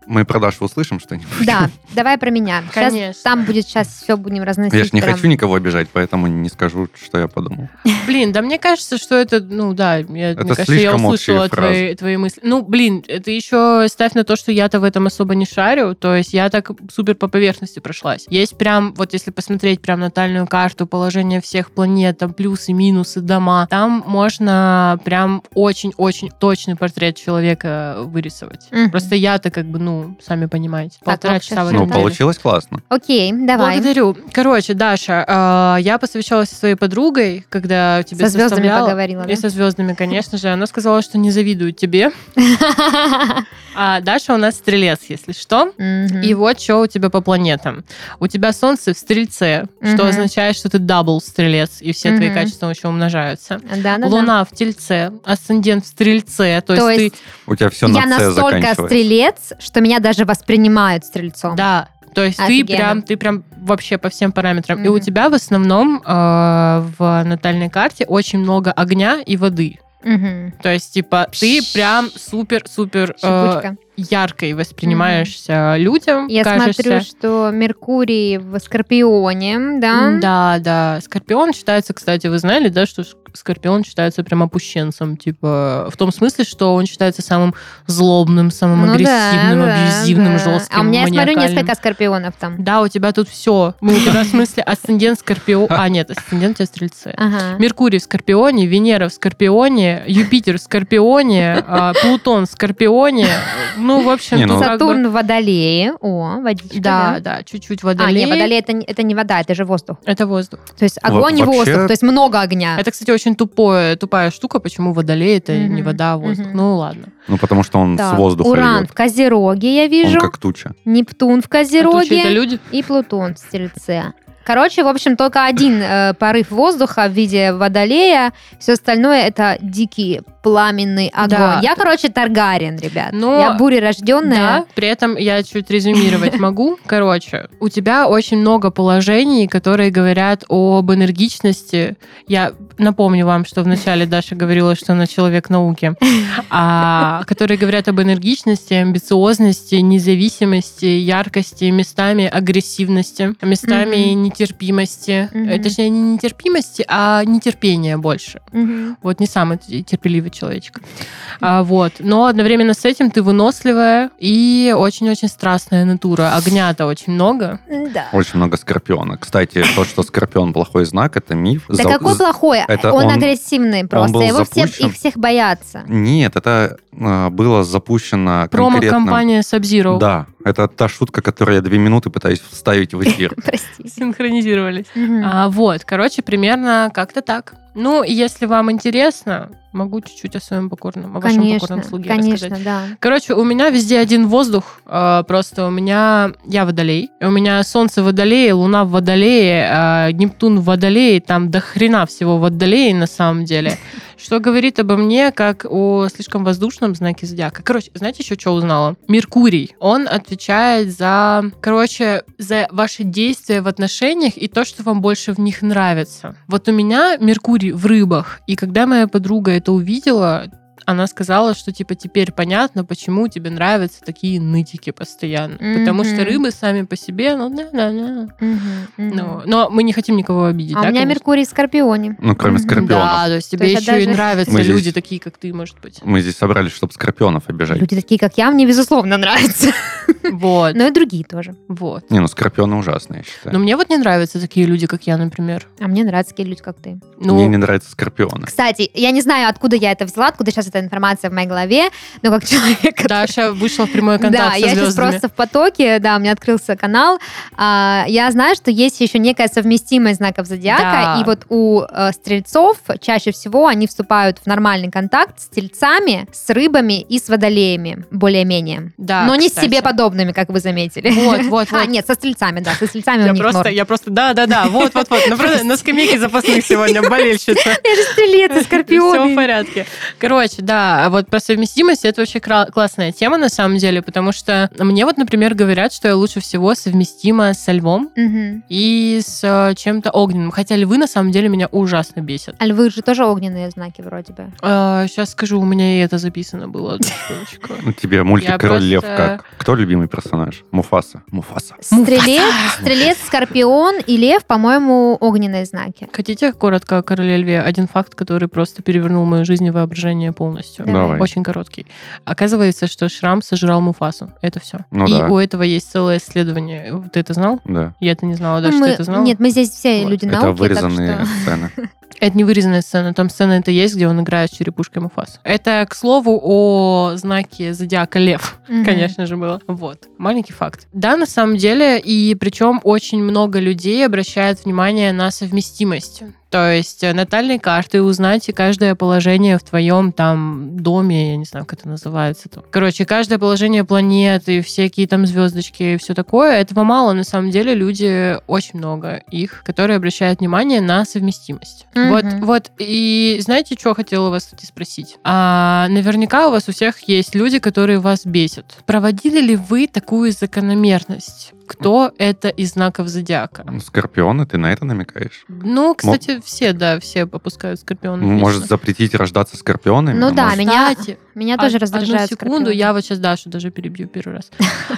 S3: Мы про Дашу услышим что-нибудь.
S2: Да, давай про меня. Сейчас
S1: Конечно.
S2: там будет сейчас все будем разносить.
S3: Я ж не
S2: прям.
S3: хочу никого обижать, поэтому не скажу, что я подумал.
S1: Блин, да мне кажется, что это, ну да, я,
S3: Это
S1: мне кажется, я
S3: слишком
S1: услышала
S3: общие фразы.
S1: твои, твои мысли. Ну, блин, это еще ставь на то, что я-то в этом особо не шарю, то есть я так супер по поверхности прошлась. Есть прям, вот если посмотреть прям натальную карту, положение всех планет, там плюсы, минусы, дома, там можно прям очень-очень точный портрет человека вырисовать.
S2: Мгм.
S1: Просто я-то как бы, ну, сами понимаете,
S2: Так,
S1: полтора
S2: ну,
S1: часа в
S2: сейчас Давай,
S3: Ну,
S1: этом
S2: Наталья.
S1: деле.
S3: получилось классно.
S2: Окей, давай.
S1: Благодарю. Короче, Даша, э, я посовещалась со своей подругой, когда тебе
S2: Со звездами
S1: составляла.
S2: поговорила.
S1: И со звездами, конечно же. Она сказала, что не завидует тебе.
S2: да?
S1: А Даша у нас стрелец, если что.
S2: <laughs> Мгм.
S1: И вот что у тебя по планетам. У тебя Солнце в стрельце, что
S2: Мгм.
S1: означает, что ты дабл стрелец, и все твои
S2: Мгм.
S1: качества еще умножаются.
S2: Да, да, да.
S1: Луна в тельце, асцендент в стрельце. То,
S2: То
S1: есть,
S2: есть
S3: У тебя все
S2: я
S3: на «С»
S2: настолько
S3: заканчивается.
S2: стрелец, что меня даже воспринимают
S1: ты.
S2: стрельцом.
S1: Да. То есть ты
S2: Офигенно.
S1: прям, ты прям вообще по всем параметрам. И у
S2: Мгм.
S1: тебя в основном э, в натальной карте очень много огня и воды.
S2: Мгм.
S1: То есть, типа, ты прям супер-супер э,
S2: Щепучка.
S1: яркой воспринимаешься людям.
S2: Я
S1: кажешься.
S2: смотрю, что Меркурий в Скорпионе, да?
S1: Да, да. Скорпион считается, кстати, вы знали, да, что ш- Скорпион считается прям опущенцем, типа, в том смысле, что он считается самым злобным, самым
S2: Ну
S1: агрессивным,
S2: да, да,
S1: абьюзивным,
S2: да.
S1: жестким,
S2: А у меня, я смотрю,
S1: маниакальным.
S2: несколько скорпионов там.
S1: Да, у тебя тут все. У тебя, в смысле, асцендент Скорпион... А, нет, асцендент у тебя Стрельце.
S2: Ага.
S1: Меркурий в Скорпионе, Венера в Скорпионе, Юпитер в Скорпионе, а, Плутон в Скорпионе. Ну, в общем,
S3: Не, ну-
S1: тут как бы-
S2: Сатурн в Водолее. О, водичка.
S1: Да, да, чуть-чуть
S2: А,
S1: водолей.
S2: не, Водолей это, не- это не вода, это же воздух.
S1: Это воздух.
S2: То есть
S3: Во-
S2: огонь и
S3: Ну, вообще-
S2: воздух, то есть много огня.
S1: Это, кстати, очень тупое, тупая штука, почему водолей это
S2: Мгм,
S1: не вода, а воздух.
S2: мгм.
S1: Ну ладно.
S3: Ну, потому что он
S2: Так,
S3: с воздуха
S2: Уран
S3: идет.
S2: в Козероге я
S3: Он
S2: вижу,
S3: как туча.
S2: Нептун в
S1: А то чё это
S2: Козероге
S1: люди.
S2: и Плутон в Стрельце. Короче, в общем, только один э, порыв воздуха в виде водолея, все остальное это дикий пламенный огонь.
S1: Да.
S2: Я, короче, Таргарин, ребят.
S1: Но-
S2: Я бурерожденная.
S1: Да, при этом я чуть
S2: <laughs>
S1: резюмировать могу. Короче, у тебя очень много положений, которые говорят об энергичности. Я напомню вам, что вначале Даша говорила, что она человек науки, а, которые говорят об энергичности, амбициозности, независимости, яркости, местами агрессивности, местами
S2: Мгм.
S1: нетерпимости.
S2: Мгм.
S1: Э, Точнее, не нетерпимости, а нетерпения больше.
S2: Мгм.
S1: Вот не самый т- терпеливый человечек. А, вот. Но одновременно с этим ты выносливая и очень-очень страстная натура. Огня-то очень много.
S2: Да.
S3: Очень много скорпиона. Кстати, то, что скорпион плохой знак, это миф.
S2: Да
S3: За-
S2: какой
S3: за-
S2: плохой?
S3: это
S2: он,
S3: он-
S2: агрессивный просто.
S3: был
S2: Его все,
S3: запущен.
S2: их всех боятся. <laughs>
S3: Нет, это э, было запущено конкретно...
S1: Промо-компания Sub-Zero.
S3: Да, это та шутка, которую я две минуты пытаюсь вставить в эфир.
S2: Прости.
S1: Синхронизировались.
S2: Мгм.
S1: А, вот, короче, примерно как-то так. Ну, и если вам интересно, могу чуть-чуть о своем покорном, о вашем
S2: Конечно,
S1: покорном слуге рассказать.
S2: конечно, да.
S1: Короче, у меня везде один воздух. э, Просто у меня... Я водолей. У меня солнце в водолее, луна в водолее, э, Нептун в водолее. Там до хрена всего в водолее на самом деле. Что говорит обо мне, как о слишком воздушном знаке зодиака. Короче, знаете еще, что узнала? Меркурий. Он отвечает за... Короче, за ваши действия в отношениях и то, что вам больше в них нравится. Вот у меня Меркурий в рыбах. И когда моя подруга это увидела, она сказала, что типа теперь понятно, почему тебе нравятся такие нытики постоянно.
S2: Мгм.
S1: Потому что рыбы сами по себе, ну да, да, да.
S2: Мгм, мгм.
S1: Ну, но мы не хотим никого обидеть.
S2: а
S1: да,
S2: у меня
S1: конечно?
S2: Меркурий в Скорпионе.
S3: Ну, кроме
S2: Мгм.
S3: скорпионов.
S1: Да, то есть
S2: То
S1: тебе
S2: есть
S1: еще
S2: я
S1: и
S2: даже-
S1: нравятся
S3: Мы здесь-
S1: люди такие, как ты, может
S3: <laughs>
S1: быть.
S3: Мы здесь собрались, чтобы скорпионов обижать.
S2: Люди такие, как я, мне безусловно <laughs> нравятся.
S1: Вот,
S2: Но и другие тоже.
S1: вот.
S3: Не, ну скорпионы ужасные, я
S1: Но
S3: считаю.
S1: мне вот не нравятся такие люди, как я, например.
S2: А мне нравятся такие люди, как ты.
S1: Ну,
S3: Мне не нравятся скорпионы.
S2: Кстати, я не знаю, откуда я это взяла, откуда сейчас эта информация в моей голове, но как человек, который-
S1: Даша вышла в прямой контакт
S2: да,
S1: со
S2: я сейчас
S1: звездами.
S2: просто в потоке, да, у меня открылся канал. А, я знаю, что есть еще некая совместимость знаков зодиака,
S1: Да.
S2: и вот у э, стрельцов чаще всего они вступают в нормальный контакт с тельцами, с рыбами и с водолеями, более-менее.
S1: Да,
S2: Но ну, не с
S1: кстати.
S2: себе подобными, как вы заметили.
S1: Вот, вот,
S2: А,
S1: вот.
S2: нет, со стрельцами, да, со стрельцами у
S1: Я
S2: них
S1: просто,
S2: норм.
S1: я просто, да, да, да, вот, вот, вот, Ну, правда, на скамейке запасных сегодня
S2: <laughs>
S1: болельщица.
S2: Я же
S1: <laughs>
S2: стрелец, и
S1: Все в
S2: скорпион.
S1: порядке. Короче, да, вот про совместимость это вообще кра- классная тема на самом деле, потому что мне вот, например, говорят, что я лучше всего совместима со львом
S2: Мгм.
S1: и с э, чем-то огненным. Хотя львы на самом деле меня ужасно бесят.
S2: А львы же тоже огненные знаки вроде бы.
S1: Сейчас скажу, у меня и это записано было. одну секундочку.
S3: <laughs> Ну, Тебе мультик
S1: Я
S3: «Король лев»
S1: просто-
S3: как? Кто любимый персонаж? Муфаса. Муфаса.
S2: Стрелец, стрелец, скорпион и лев, по-моему, огненные знаки.
S1: Хотите коротко о короле льве? Один факт, который просто перевернул мою жизнь и воображение полностью.
S2: Давай.
S3: Давай.
S1: Очень короткий. Оказывается, что Шрам сожрал Муфасу. Это все.
S3: Ну
S1: и
S3: да.
S1: у этого есть целое исследование. Ты это знал?
S3: Да.
S1: Я это не знала, даже
S2: Ну, Мы-
S1: ты это знала?
S2: Нет, мы здесь все
S1: Вот.
S2: люди
S3: Это
S2: науки,
S3: вырезанные
S2: так что...
S3: сцены.
S1: Это не вырезанная сцена. Там сцена это есть, где он играет с черепушкой Муфасу. Это, к слову, о знаке зодиака лев.
S2: Мгм.
S1: Конечно же, было. Вот. Маленький факт. Да, на самом деле, и причем очень много людей обращают внимание на совместимость. То есть э, натальные карты, узнайте каждое положение в твоем там доме, я не знаю, как это называется. Там. Короче, каждое положение планеты, всякие там звездочки и все такое. Этого мало, на самом деле, люди, очень много их, которые обращают внимание на совместимость.
S2: Мгм.
S1: Вот, вот, и знаете, что хотела вас, кстати, спросить? А, наверняка у вас у всех есть люди, которые вас бесят. Проводили ли вы такую закономерность? Кто это из знаков зодиака?
S3: <laughs> Ну, Скорпионы, ты на это намекаешь?
S1: Ну, кстати, все, да, все попускают скорпионов.
S3: Может,
S1: лично.
S3: запретить рождаться скорпионами?
S2: Ну
S3: а
S2: да,
S3: может-
S2: меня-
S1: Кстати,
S2: Меня тоже
S1: од-
S2: раздражает
S1: А, Одну секунду, я вот сейчас Дашу даже перебью первый раз.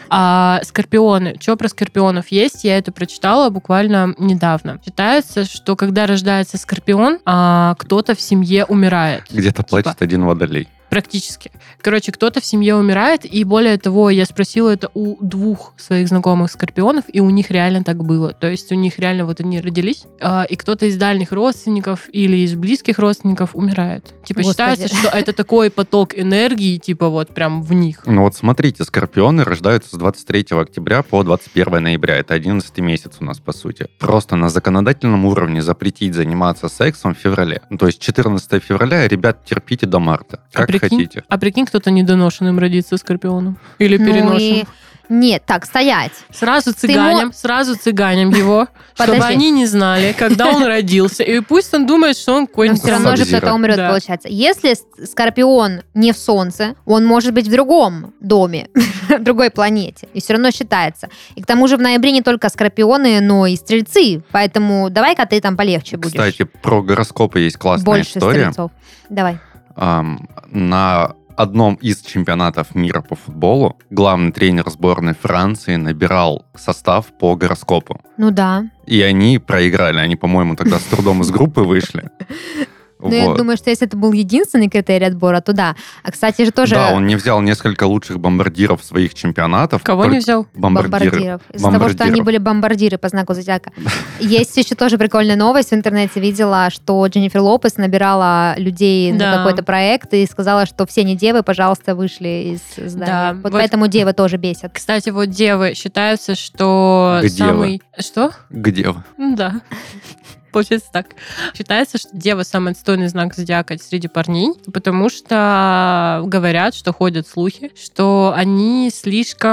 S1: А, скорпионы. Что про скорпионов есть? Я это прочитала буквально недавно. Считается, что когда рождается скорпион, а, кто-то в семье умирает.
S3: Где-то плачет один водолей.
S1: Практически. Короче, кто-то в семье умирает, и более того, я спросила это у двух своих знакомых скорпионов, и у них реально так было. То есть у них реально вот они родились, а, и кто-то из дальних родственников или из близких родственников умирает. Типа
S2: Господи.
S1: считается, что это такой поток энергии, типа вот прям в них.
S3: Ну вот смотрите, скорпионы рождаются с 23 октября по 21 ноября. Это 11 месяц у нас, по сути. Просто на законодательном уровне запретить заниматься сексом в феврале. Ну, То есть 14 февраля, ребят, терпите до марта.
S1: А
S3: Как
S1: прикинь-
S3: хотите.
S1: А прикинь, кто-то недоношенным родится скорпионом.
S2: Ну
S1: Или переношенным.
S2: Нет, так, стоять.
S1: Сразу
S2: мо-
S1: цыганям, сразу цыганям его, чтобы
S2: Подожди.
S1: они не знали, когда он родился. И пусть он думает, что он
S2: Но
S1: какой-нибудь
S2: все Ну, равно же
S3: Сабзира.
S2: кто-то умрет,
S1: Да.
S2: получается. Если с- скорпион не в Солнце, он может быть в другом доме, <laughs> другой планете. И все равно считается. И к тому же в ноябре не только скорпионы, но и стрельцы. Поэтому давай-ка ты там полегче будешь.
S3: Кстати, про гороскопы есть классная
S2: Больше
S3: история.
S2: стрельцов. Давай.
S3: Ам, на одном из чемпионатов мира по футболу главный тренер сборной Франции набирал состав по гороскопу.
S2: Ну да.
S3: И они проиграли. Они, по-моему, тогда с трудом из группы вышли.
S2: <laughs> Ну, я
S3: Вот.
S2: думаю, что если это был единственный критерий отбора, то да. А, кстати же, тоже
S3: Да, он не взял несколько лучших бомбардиров своих чемпионатов.
S1: Кого не
S3: Только
S1: взял?
S3: Бомбардиры.
S2: бомбардиров. Из-за того, что
S3: Бомбардиров.
S2: они были бомбардиры по знаку зодиака. Есть еще тоже прикольная новость. В интернете видела, что Дженнифер Лопес набирала людей на
S1: Да.
S2: какой-то проект и сказала, что все не девы, пожалуйста, вышли из здания.
S1: Да,
S2: вот,
S1: вот-
S2: поэтому девы тоже бесят.
S1: Кстати, вот девы считается, что
S3: Где
S1: самый... Что?
S3: Где вы?
S1: Ну Да. Получается так. Считается, что дева самый отстойный знак зодиака среди парней, потому что говорят, что ходят слухи, что они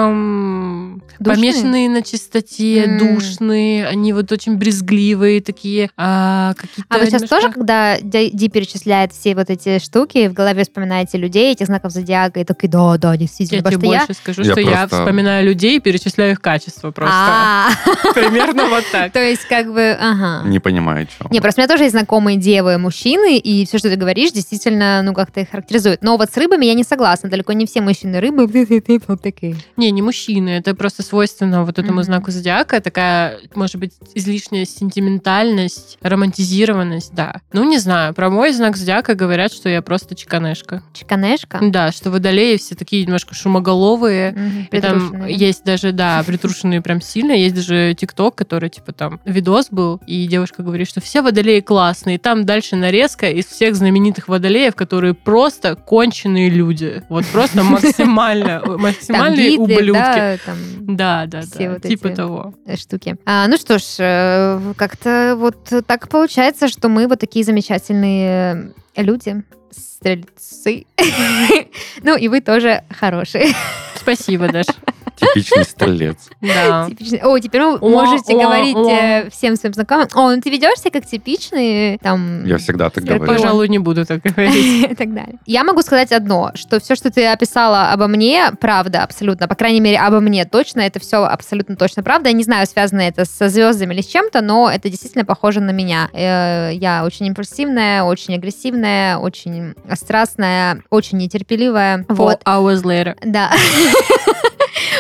S1: слишком
S2: Душные?
S1: помешанные на чистоте,
S2: М.
S1: душные, они вот очень брезгливые такие, а, какие-то...
S2: А вы сейчас
S1: немножко-
S2: тоже, когда Ди Ди перечисляет все вот эти штуки, в голове вспоминаете людей, этих знаков зодиака, и такие, да, да,
S1: Я
S2: действительно.
S1: тебе
S2: потому что
S1: больше скажу,
S3: Я
S1: что я
S3: просто-
S1: вспоминаю людей и перечисляю их качества просто.
S2: А,
S1: <laughs>
S2: <laughs>
S1: Примерно вот так.
S2: То есть, как бы, ага.
S3: Не понимаю, что.
S2: А. Не, просто у меня тоже есть знакомые девы, мужчины, и все, что ты говоришь, действительно, ну, как-то их характеризует. Но вот с рыбами я не согласна. Далеко не все мужчины рыбы. <laughs> Вот такие.
S1: Не, не мужчины, это просто свойственно вот этому
S2: Мгм.
S1: знаку зодиака, такая, может быть, излишняя сентиментальность, романтизированность, да. Ну, не знаю, про мой знак зодиака говорят, что я просто чеканешка.
S2: Чиканешка.
S1: Да, что водолеи все такие немножко шумоголовые,
S2: Мгм,
S1: и там
S2: притрушенные.
S1: есть даже, да, притрушенные прям сильно, есть даже ТикТок, который, типа, там, видос был, и девушка говорит, говорит, что все водолеи классные. Там дальше нарезка из всех знаменитых водолеев, которые просто конченые люди. Вот
S2: <laughs>
S1: просто максимально,
S2: Там
S1: максимальные
S2: Гитлер,
S1: ублюдки.
S2: да, там
S1: Да, да,
S2: Все
S1: да.
S2: вот
S1: Типа
S2: эти.
S1: того.
S2: э, штуки. А, ну что ж, э, как-то вот так получается, что мы вот такие замечательные э, люди, стрельцы. <laughs> Ну и вы тоже хорошие.
S1: Спасибо, Даш. <laughs>
S2: <laughs>
S3: Типичный стрелец.
S1: Да.
S2: Типичный. О, теперь вы
S1: О,
S2: можете
S1: о,
S2: говорить
S1: о.
S2: э, всем своим знакомым. О, ну ты ведешься как типичный э, там.
S3: Я всегда так
S1: Типа
S2: Стрелец.
S3: говорю.
S1: Пожалуй, не буду так
S2: <laughs>
S1: <laughs> говорить.
S2: и так далее. Я могу сказать одно, что все, что ты описала обо мне, правда, абсолютно. По крайней мере, обо мне точно. Это все абсолютно точно правда. Я не знаю, связано это со звездами или с чем-то, но это действительно похоже на меня. Э, Я очень импульсивная, очень агрессивная, очень страстная, очень нетерпеливая.
S1: Four
S2: Вот.
S1: hours later.
S2: Да. <laughs>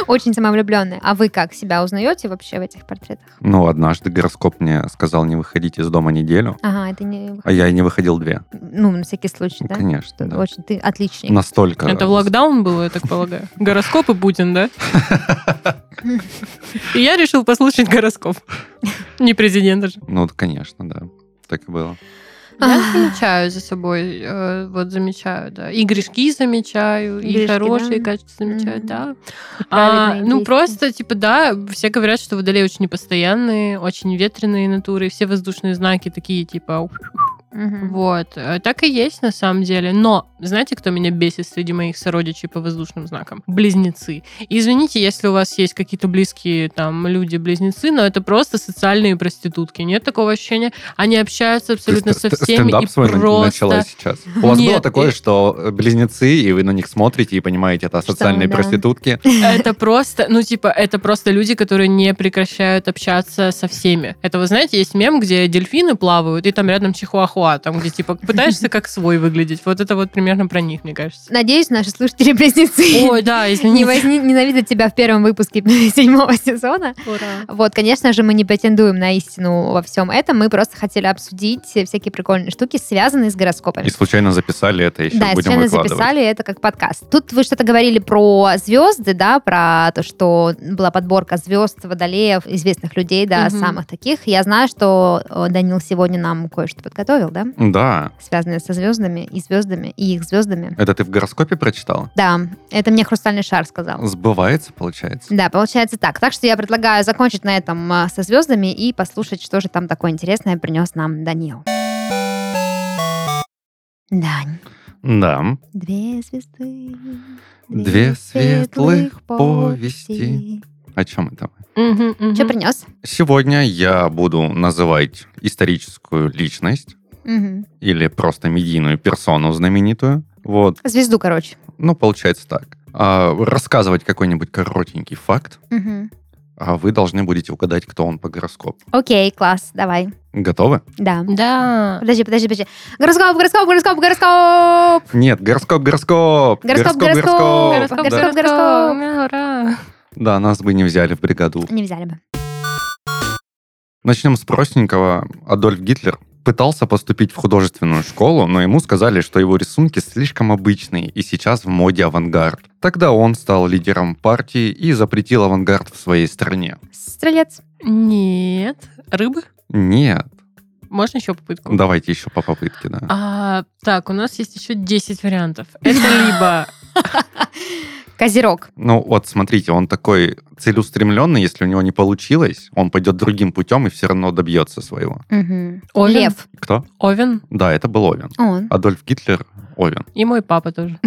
S2: Очень самовлюбленная. А вы как себя узнаете вообще в этих портретах?
S3: Ну, однажды гороскоп мне сказал не выходить из дома неделю,
S2: Ага, это не...
S3: а я и не выходил две.
S2: Ну, на всякий случай,
S3: Ну,
S2: да?
S3: конечно, да.
S2: Очень ты отличник.
S3: Настолько.
S1: Это в локдаун было, я так полагаю. Гороскоп и Путин, да? И я решил послушать гороскоп. <laughs> Не президента же.
S3: Ну, конечно, да. Так и было.
S1: Я замечаю за собой, э, вот замечаю, да. И грешки замечаю, и
S2: Грешки,
S1: хорошие
S2: да?
S1: качества замечаю,
S2: Мгм.
S1: да.
S2: правильные
S1: А, ну,
S2: действия.
S1: просто, типа, да, все говорят, что водолеи очень непостоянные, очень ветреные натуры, и все воздушные знаки такие, типа, ух,
S2: Мгм.
S1: вот. Э, Так и есть на самом деле. Но знаете, кто меня бесит среди моих сородичей по воздушным знакам? Близнецы. И Извините, если у вас есть какие-то близкие там люди-близнецы, но это просто социальные проститутки. Нет такого ощущения. Они общаются абсолютно
S3: Ты
S1: со
S3: ст- ст-
S1: всеми и
S3: стендап свой на- начала
S1: просто...
S3: сейчас. У вас было
S1: Нет,
S3: такое,
S1: и-
S3: что э, близнецы, и вы на них смотрите и понимаете, это
S2: Что,
S3: социальные
S2: да.
S3: проститутки.
S1: Это просто, ну, типа, это просто люди, которые не прекращают общаться со всеми. Это, вы знаете, есть мем, где дельфины плавают, и там рядом чихуахуа, там, где, типа, пытаешься как свой выглядеть. Вот это вот примерно про них, мне
S2: <laughs>
S1: кажется.
S2: Надеюсь, наши слушатели-близнецы
S1: Ой, да, если
S2: не возни- ненавидят тебя в первом выпуске <laughs> седьмого сезона. Вот, конечно же, мы не претендуем на истину во всем этом. Мы просто хотели обсудить всякие прикольные штуки, связанные с гороскопами.
S3: И случайно записали это, еще
S2: да, и
S3: будем
S2: случайно
S3: выкладывать.
S2: записали это как подкаст. Тут вы что-то говорили про звезды, да, про то, что была подборка звезд, водолеев, известных людей, да,
S1: Мгм.
S2: самых таких. Я знаю, что э, Данил сегодня нам кое-что подготовил, да,
S3: Да.
S2: связанное со звездами и звездами, и их звездами.
S3: Это ты в гороскопе прочитала?
S2: Да, это мне хрустальный шар сказал.
S3: Сбывается, получается?
S2: Да, получается так. Так что я предлагаю закончить на этом а, со звездами и послушать, что же там такое интересное принес нам Данил. Дань,
S3: Да.
S2: две звезды.
S3: Две светлых повести. О чем это?
S2: Что принес?
S3: Сегодня я буду называть историческую личность
S2: Мгм.
S3: или просто медийную персону знаменитую. Вот,
S2: Звезду, короче.
S3: ну, получается так. А, рассказывать какой-нибудь коротенький факт,
S2: Мгм.
S3: а вы должны будете угадать, кто он по гороскопу.
S2: Окей, класс, давай.
S3: Готовы?
S2: Да.
S1: Да.
S2: Подожди, подожди, подожди. Гороскоп, гороскоп, гороскоп, гороскоп!
S3: Нет, гороскоп, гороскоп!
S2: Гороскоп, гороскоп,
S3: Да.
S2: гороскоп.
S1: Ура.
S3: да, нас бы не взяли в бригаду.
S2: Не взяли бы.
S3: Начнем с простенького. Адольф Гитлер пытался поступить в художественную школу, но ему сказали, что его рисунки слишком обычные и сейчас в моде авангард. Тогда он стал лидером партии и запретил авангард в своей стране.
S2: Стрелец.
S1: Нет. Рыбы?
S3: Нет.
S1: Можно еще попытку?
S3: Давайте еще по попытке, да.
S1: А, так, у нас есть еще 10 вариантов. Это <gasps> либо...
S2: Козерог.
S3: Ну вот, смотрите, он такой целеустремленный, если у него не получилось, он пойдет другим путем и все равно добьется своего.
S2: Мгм.
S1: Овен.
S2: Лев.
S3: Кто?
S1: Овен
S3: Да, это был Овен.
S2: Он.
S3: Адольф Гитлер, Овен.
S1: и мой папа тоже.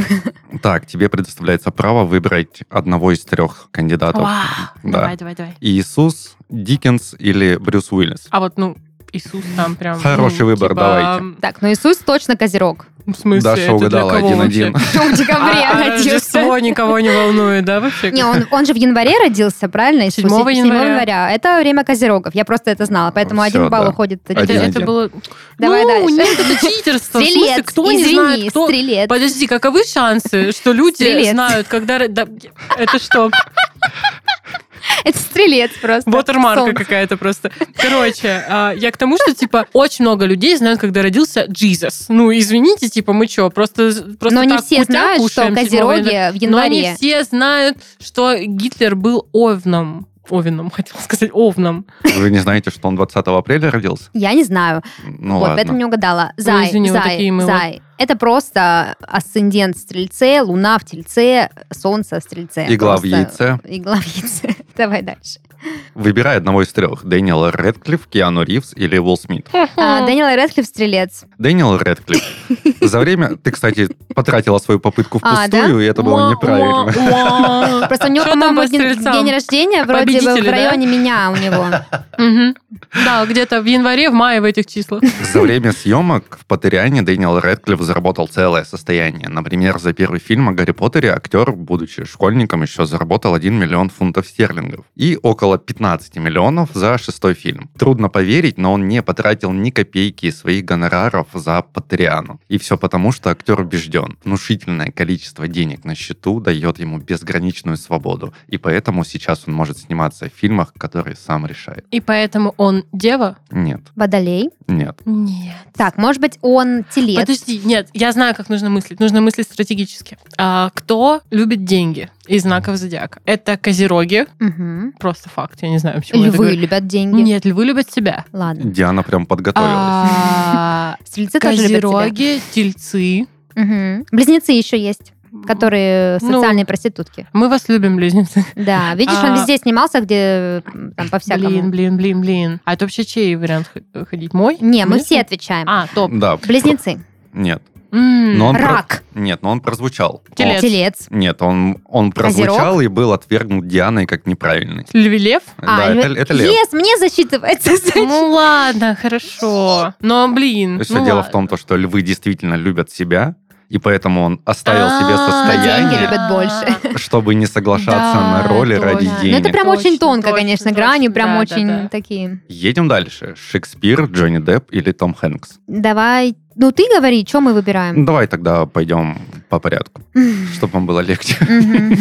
S3: Так, тебе предоставляется право выбрать одного из трех кандидатов.
S1: Вау.
S3: да.
S1: Давай, давай, давай.
S3: Иисус, Диккенс или Брюс Уиллис?
S1: А вот, ну, Иисус там прям...
S3: Хороший
S1: ну,
S3: выбор,
S1: типа,
S3: давайте.
S1: м,
S2: Так, ну Иисус точно козерог.
S1: В смысле?
S3: Даша
S1: это для
S3: угадала,
S1: кого
S3: один-один.
S1: вообще?
S2: Он
S1: <laughs>
S2: в
S1: А,
S2: декабре
S1: а
S2: родился.
S1: Рождество никого не волнует, да, вообще?
S2: Не, он, он же в январе родился, правильно? Иисус?
S1: 7 января.
S2: Это время козерогов. Я просто это знала, поэтому
S3: Всё,
S2: один балл
S3: да.
S2: уходит.
S1: Это,
S3: Один-один.
S1: это было...
S2: Давай
S1: ну,
S2: дальше.
S1: нет, это читерство. В смысле,
S2: Стрелец,
S1: кто не
S2: извини,
S1: знает, кто...
S2: стрелец.
S1: Подожди, каковы
S2: <laughs>
S1: шансы, что люди
S2: Стрелец.
S1: знают, когда... ра- да, это
S2: <laughs>
S1: что,
S2: Это стрелец просто.
S1: Ботермарка
S2: Солнце.
S1: какая-то просто. Короче, а, я к тому, что, типа, очень много людей знают, когда родился Джизус. Ну, извините, типа, мы что, просто, просто
S2: Но не
S1: так
S2: все
S1: кутя
S2: знают, что
S1: кушаем седьмого января? Ну,
S2: козероги в
S1: Но не
S2: январе.
S1: все знают, что Гитлер был овном. <laughs> Овином, хотел сказать, овном.
S3: Вы не знаете, что он 20 апреля родился?
S2: Я не знаю.
S3: Ну
S2: вот,
S3: ладно.
S2: поэтому не угадала. Зай,
S1: извини, вот
S2: зай,
S1: такие мы вот.
S2: зай. Это просто асцендент в стрельце, луна в тельце, солнце в стрельце.
S3: Игла в
S2: Просто
S3: яйце.
S2: Игла в яйце. <laughs> Давай дальше.
S3: Выбирай одного из трех. Дэниел Редклифф, Киану Ривз или Уилл Смит.
S2: А, Дэниел Рэдклифф стрелец.
S3: Дэниел Рэдклифф. За время... Ты, кстати, потратила свою попытку
S2: А,
S3: впустую, и это было неправильно.
S1: неправильно.
S2: <laughs> Просто у него,
S1: Что там
S2: по-моему,
S1: по
S2: день,
S1: стрельцам?
S2: день рождения вроде бы в
S1: Победители, да?
S2: районе меня у него.
S1: <laughs> Да, где-то в январе, в мае в этих числах.
S3: За время съемок в «Поттериане» Дэниел Рэдклифф заработал целое состояние. Например, за первый фильм о Гарри Поттере актер, будучи школьником, еще заработал 1 миллион фунтов стерлингов и около 15 миллионов за шестой фильм. Трудно поверить, но он не потратил ни копейки из своих гонораров за «Поттериану». И все потому, что актер убежден, внушительное количество денег на счету дает ему безграничную свободу, и поэтому сейчас он может сниматься в фильмах, которые сам решает.
S1: И поэтому он дева?
S3: Нет,
S2: Водолей.
S3: нет.
S1: Нет.
S2: Так, может быть, он телец.
S1: Подожди, нет, я знаю, как нужно мыслить. Нужно мыслить стратегически. А, кто любит деньги из знаков зодиака? Это козероги.
S2: Мгм.
S1: Просто факт, я не знаю, почему я это
S2: Львы
S1: говорю.
S2: любят деньги.
S1: Нет, львы любят себя.
S2: Ладно.
S3: Диана прям подготовилась.
S2: <laughs>
S1: А,
S2: Стрельцы тоже любят тебя.
S1: Козероги, тельцы.
S2: Мгм. Близнецы еще есть, которые
S1: Ну.
S2: социальные проститутки.
S1: Мы вас любим,
S2: <laughs>
S1: близнецы.
S2: Да, видишь, он
S1: А.
S2: везде снимался, где м, там по-всякому.
S1: Блин, блин, блин, блин. А это вообще чей вариант х- ходить? Мой?
S2: Не, мы
S1: Мой?
S2: все отвечаем.
S1: А, топ.
S3: Да.
S2: Близнецы.
S3: Нет.
S1: М,
S3: Но он про-
S2: Рак.
S3: Нет, но он прозвучал.
S1: Телец.
S2: Телец.
S3: Он- Нет, он, он
S2: Козерог?
S3: прозвучал и был отвергнут Дианой как неправильный.
S1: Львий
S2: <laughs>
S1: лев?
S3: да,
S2: А, ль-
S3: это, это лев.
S2: Yes, мне засчитывается. значит.
S1: Ну ладно, хорошо. Но, блин.
S3: То есть
S1: ну
S3: всё дело
S1: ладно.
S3: в том, то, что львы действительно любят себя, и поэтому он оставил себе
S1: А,
S2: деньги
S3: состояние,
S1: <laughs>
S2: любят больше.
S3: чтобы не соглашаться
S1: Да,
S3: на роли
S1: точно.
S3: ради
S1: Ну, это
S2: <laughs> Ну, это
S3: денег.
S2: прям очень
S1: Точно,
S2: тонко,
S1: точно,
S2: конечно,
S1: точно.
S2: грани, прям
S1: Да, да,
S2: очень
S1: да.
S2: такие.
S3: Едем дальше. Шекспир, Джонни Депп или Том Хэнкс?
S2: Давай, ну ты говори, что мы выбираем.
S3: Ну, Давай тогда пойдем
S1: <laughs>
S3: по порядку, чтобы вам было легче.
S2: Мгм.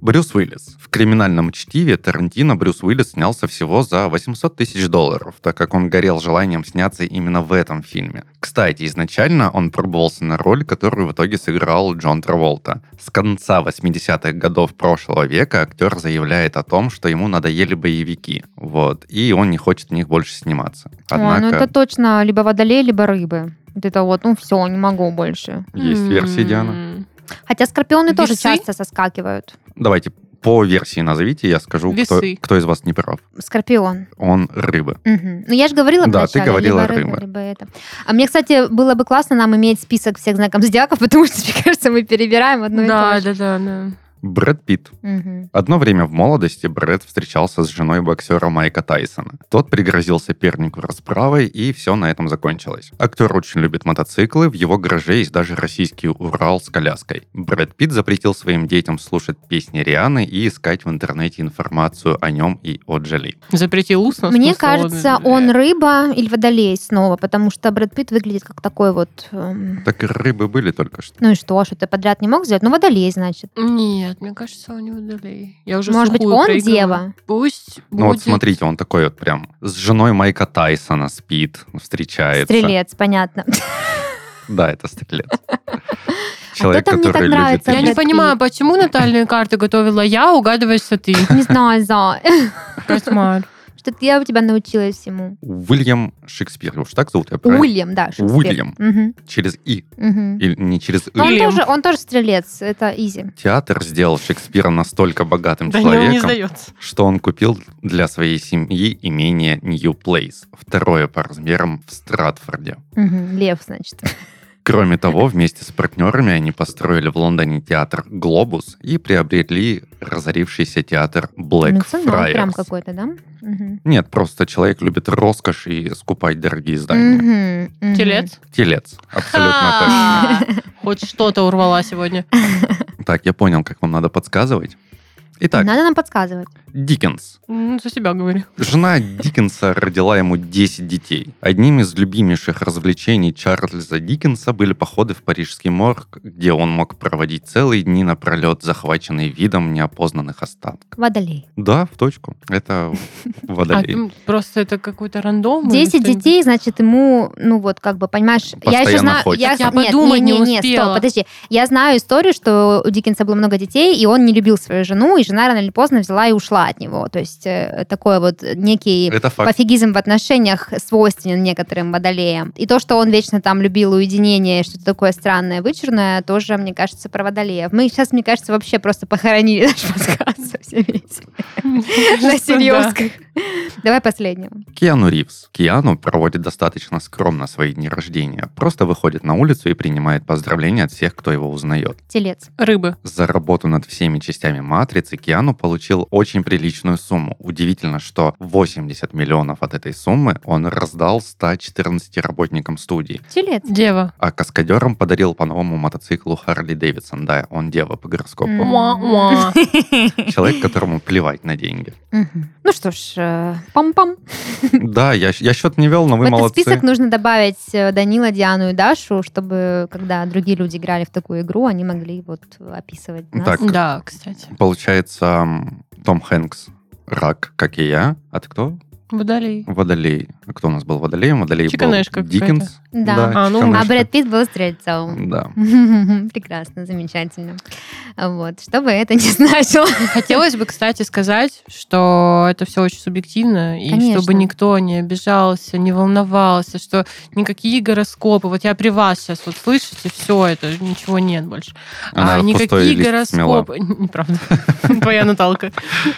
S3: Брюс Уиллис. В криминальном чтиве Тарантино Брюс Уиллис снялся всего за 800 тысяч долларов, так как он горел желанием сняться именно в этом фильме. Кстати, изначально он пробовался на роль, которую в итоге сыграл Джон Траволта. С конца 80-х годов прошлого века актер заявляет о том, что ему надоели боевики, вот, и он не хочет в них больше сниматься.
S2: Ой, Ну
S3: Однако
S2: это точно либо водолей, либо рыбы. Вот это вот, ну все, не могу больше.
S3: есть версия Диана.
S1: М,
S2: Хотя скорпионы тоже
S1: Весы?
S2: часто соскакивают.
S3: Давайте по версии назовите, я скажу, кто,
S1: Весы.
S3: кто из вас не прав.
S2: Скорпион.
S3: Он рыбы.
S2: Мгм. Ну, я же говорила
S3: Да,
S2: вначале,
S3: ты говорила
S2: либо рыба,
S3: рыба.
S2: либо это. А мне, кстати, было бы классно нам иметь список всех знаков зодиаков, <laughs> потому что, мне кажется, мы перебираем одно
S1: Да,
S2: и то
S1: да, да, да.
S3: Брэд Питт.
S2: же. Мгм.
S3: Одно время в молодости Брэд встречался с женой боксера Майка Тайсона. Тот пригрозил сопернику расправой, и все на этом закончилось. Актер очень любит мотоциклы, в его гараже есть даже российский Урал с коляской. Брэд Питт запретил своим детям слушать песни Рианы и искать в интернете информацию о нем и о Джоли.
S1: Запретил устно. в
S2: Мне
S1: смысле,
S2: кажется, он рыба или водолей снова, потому что Брэд Питт выглядит как такой вот... эм,
S3: Так и рыбы были только что.
S2: Ну и что, что ты подряд не мог сделать? Ну, водолей, значит.
S1: Нет, мне кажется, он не водолей. Я уже
S2: Может быть,
S1: вслухую
S2: он
S1: проигрываю.
S2: дева?
S1: Пусть
S3: Ну вот
S1: будет...
S3: смотрите, он такой вот прям с женой Майка Тайсона спит, встречается.
S2: Стрелец, понятно.
S3: Да,
S1: <laughs>
S3: это стрелец.
S2: кто-то мне так нравится,
S1: Я А не
S2: Брэд
S1: понимаю, почему натальные карты готовила я, угадываешься ты.
S2: <laughs> Не знаю, за.
S1: Кошмар.
S2: Что-то я у тебя научилась всему.
S3: Уильям Шекспир. Уж так зовут я правильно?
S2: Уильям, да, Шекспир.
S3: Уильям.
S2: Мгм,
S3: Через «и».
S2: мгм.
S3: Или не через
S2: Но
S3: «и».
S2: он
S1: Уильям.
S2: тоже, он тоже стрелец, это изи.
S3: Театр сделал Шекспира настолько богатым
S1: Данил не
S3: человеком,
S1: сдается.
S3: что он купил для своей семьи имение Нью Плейс, второе по размерам в Стратфорде.
S2: Мгм, Лев, значит.
S3: Кроме того, вместе с партнерами они построили в Лондоне театр «Глобус» и приобрели разорившийся театр
S2: Ну,
S3: «Блэк
S2: цена прям какой-то, да? Мгм.
S3: Нет, просто человек любит роскошь и скупать дорогие здания.
S2: Мгм, мгм.
S1: Телец?
S3: Телец, абсолютно точно.
S1: Ха! Хоть что-то урвала сегодня.
S3: Так, я понял, как вам надо подсказывать. Итак,
S2: Надо нам подсказывать.
S3: Диккенс.
S1: Ну, за себя говорю.
S3: Жена Диккенса родила ему 10 детей. Одним из любимейших развлечений Чарльза Диккенса были походы в Парижский морг, где он мог проводить целые дни напролет, захваченный видом неопознанных останков.
S2: Водолей.
S3: Да, в точку. Это
S1: А,
S3: водолей.
S1: ну, просто это какой-то рандом. или
S2: 10
S1: что-нибудь? <laughs>
S2: детей, значит, ему, ну вот, как бы, понимаешь... я еще
S3: Постоянно
S2: знаю...
S3: хочется.
S1: Я
S2: нет,
S1: подумать не успела.
S2: стоп, подожди. Я знаю историю, что у Диккенса было много детей, и он не любил свою жену, и жена рано или поздно взяла и ушла от него. То есть э, такое вот некий...
S3: Это факт.
S2: пофигизм в отношениях свойственен некоторым водолеям. И то, что он вечно там любил уединение, что-то такое странное, вычурное, тоже, мне кажется, про водолеев. Мы сейчас, мне кажется, вообще просто похоронили <laughs> наш подкаст со всеми этими.
S1: Ну,
S2: На серьезках. Давай последнего.
S3: Киану Ривз. Киану проводит достаточно скромно свои дни рождения. Просто выходит на улицу и принимает поздравления от всех, кто его узнает.
S2: Телец.
S1: Рыбы.
S3: За работу над всеми частями «Матрицы» Киану получил очень приличную сумму. Удивительно, что 80 миллионов от этой суммы он раздал 114 работникам студии,
S2: Телец.
S1: Дева.
S3: а каскадерам подарил по новому мотоциклу Харли Дэвидсон. Да, он дева по гороскопу.
S2: М.
S1: Уа-уа.
S3: Человек, которому плевать на деньги.
S2: Мгм. Ну что ж, э, пам-пам.
S3: Да, я, я счет не вел, но
S2: В
S3: вы
S2: этот
S3: молодцы.
S2: список нужно добавить э, Данила, Диану и Дашу, чтобы, когда другие люди играли в такую игру, они могли вот описывать нас.
S3: Так.
S1: Да, кстати.
S3: Получается, м, Том Хэнкс рак, как и я. А ты кто?
S1: Водолей.
S3: Водолей. А Кто у нас был водолеем? Водолей
S1: Чиканешка
S3: был Диккенс.
S2: Да.
S1: А, ну,
S2: А
S3: Чиканешка.
S2: Брэд Питт был стрельцом.
S3: Да.
S2: <laughs> Прекрасно, замечательно. Вот, что бы это ни <laughs> значило.
S1: Хотелось бы, кстати, сказать, что это все очень субъективно, и
S2: Конечно.
S1: чтобы никто не обижался, не волновался, что никакие гороскопы, вот я при вас сейчас вот слышите, все это, ничего нет больше.
S3: Она
S1: А,
S3: пустой
S1: никакие
S3: лист смела.
S1: гороскопы... <laughs> Неправда. Твоя Наталка.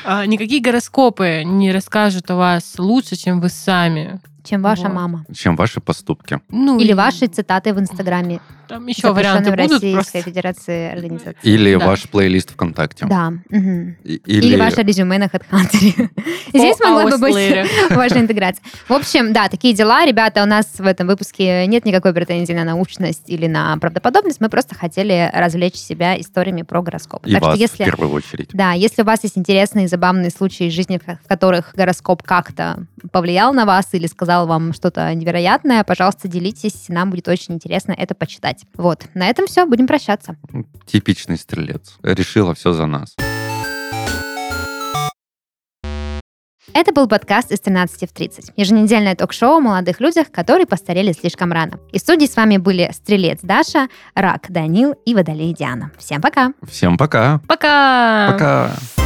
S1: А, Никакие гороскопы не расскажут о вас лучше, чем вы сами.
S2: Чем ваша
S1: Вот.
S2: мама.
S3: чем ваши поступки.
S1: Ну,
S2: Или
S1: и
S2: ваши цитаты в Инстаграме.
S1: Там еще
S2: запрещенной
S1: варианты
S2: в
S1: будут
S2: Российской
S1: просто.
S2: Федерации организации.
S3: Или
S1: Да.
S3: ваш плейлист ВКонтакте.
S2: Да. мгм.
S3: И-
S2: Или...
S3: Или,
S2: ваше резюме на
S3: <laughs>
S2: HeadHunter. Здесь
S1: Four
S2: могла бы
S1: hours
S2: быть <laughs>
S1: later.
S2: ваша интеграция. В общем, да, такие дела. Ребята, у нас в этом выпуске нет никакой претензии на научность или на правдоподобность. Мы просто хотели развлечь себя историями про гороскоп.
S3: и
S2: Так что
S3: вас в
S2: если
S3: первую очередь.
S2: Да, если у вас есть интересные и забавные случаи из жизни, в ко- в которых гороскоп как-то повлиял на вас или сказал вам что-то невероятное, пожалуйста, делитесь, нам будет очень интересно это почитать. Вот, на этом все, будем прощаться.
S3: Типичный стрелец. Решила все за нас.
S2: Это был подкаст из 13 в 30. Еженедельное ток-шоу о молодых людях, которые постарели слишком рано. И в студии с вами были Стрелец Даша, Рак Данил и Водолей Диана. Всем пока!
S3: Всем пока.
S1: Пока!
S3: Пока.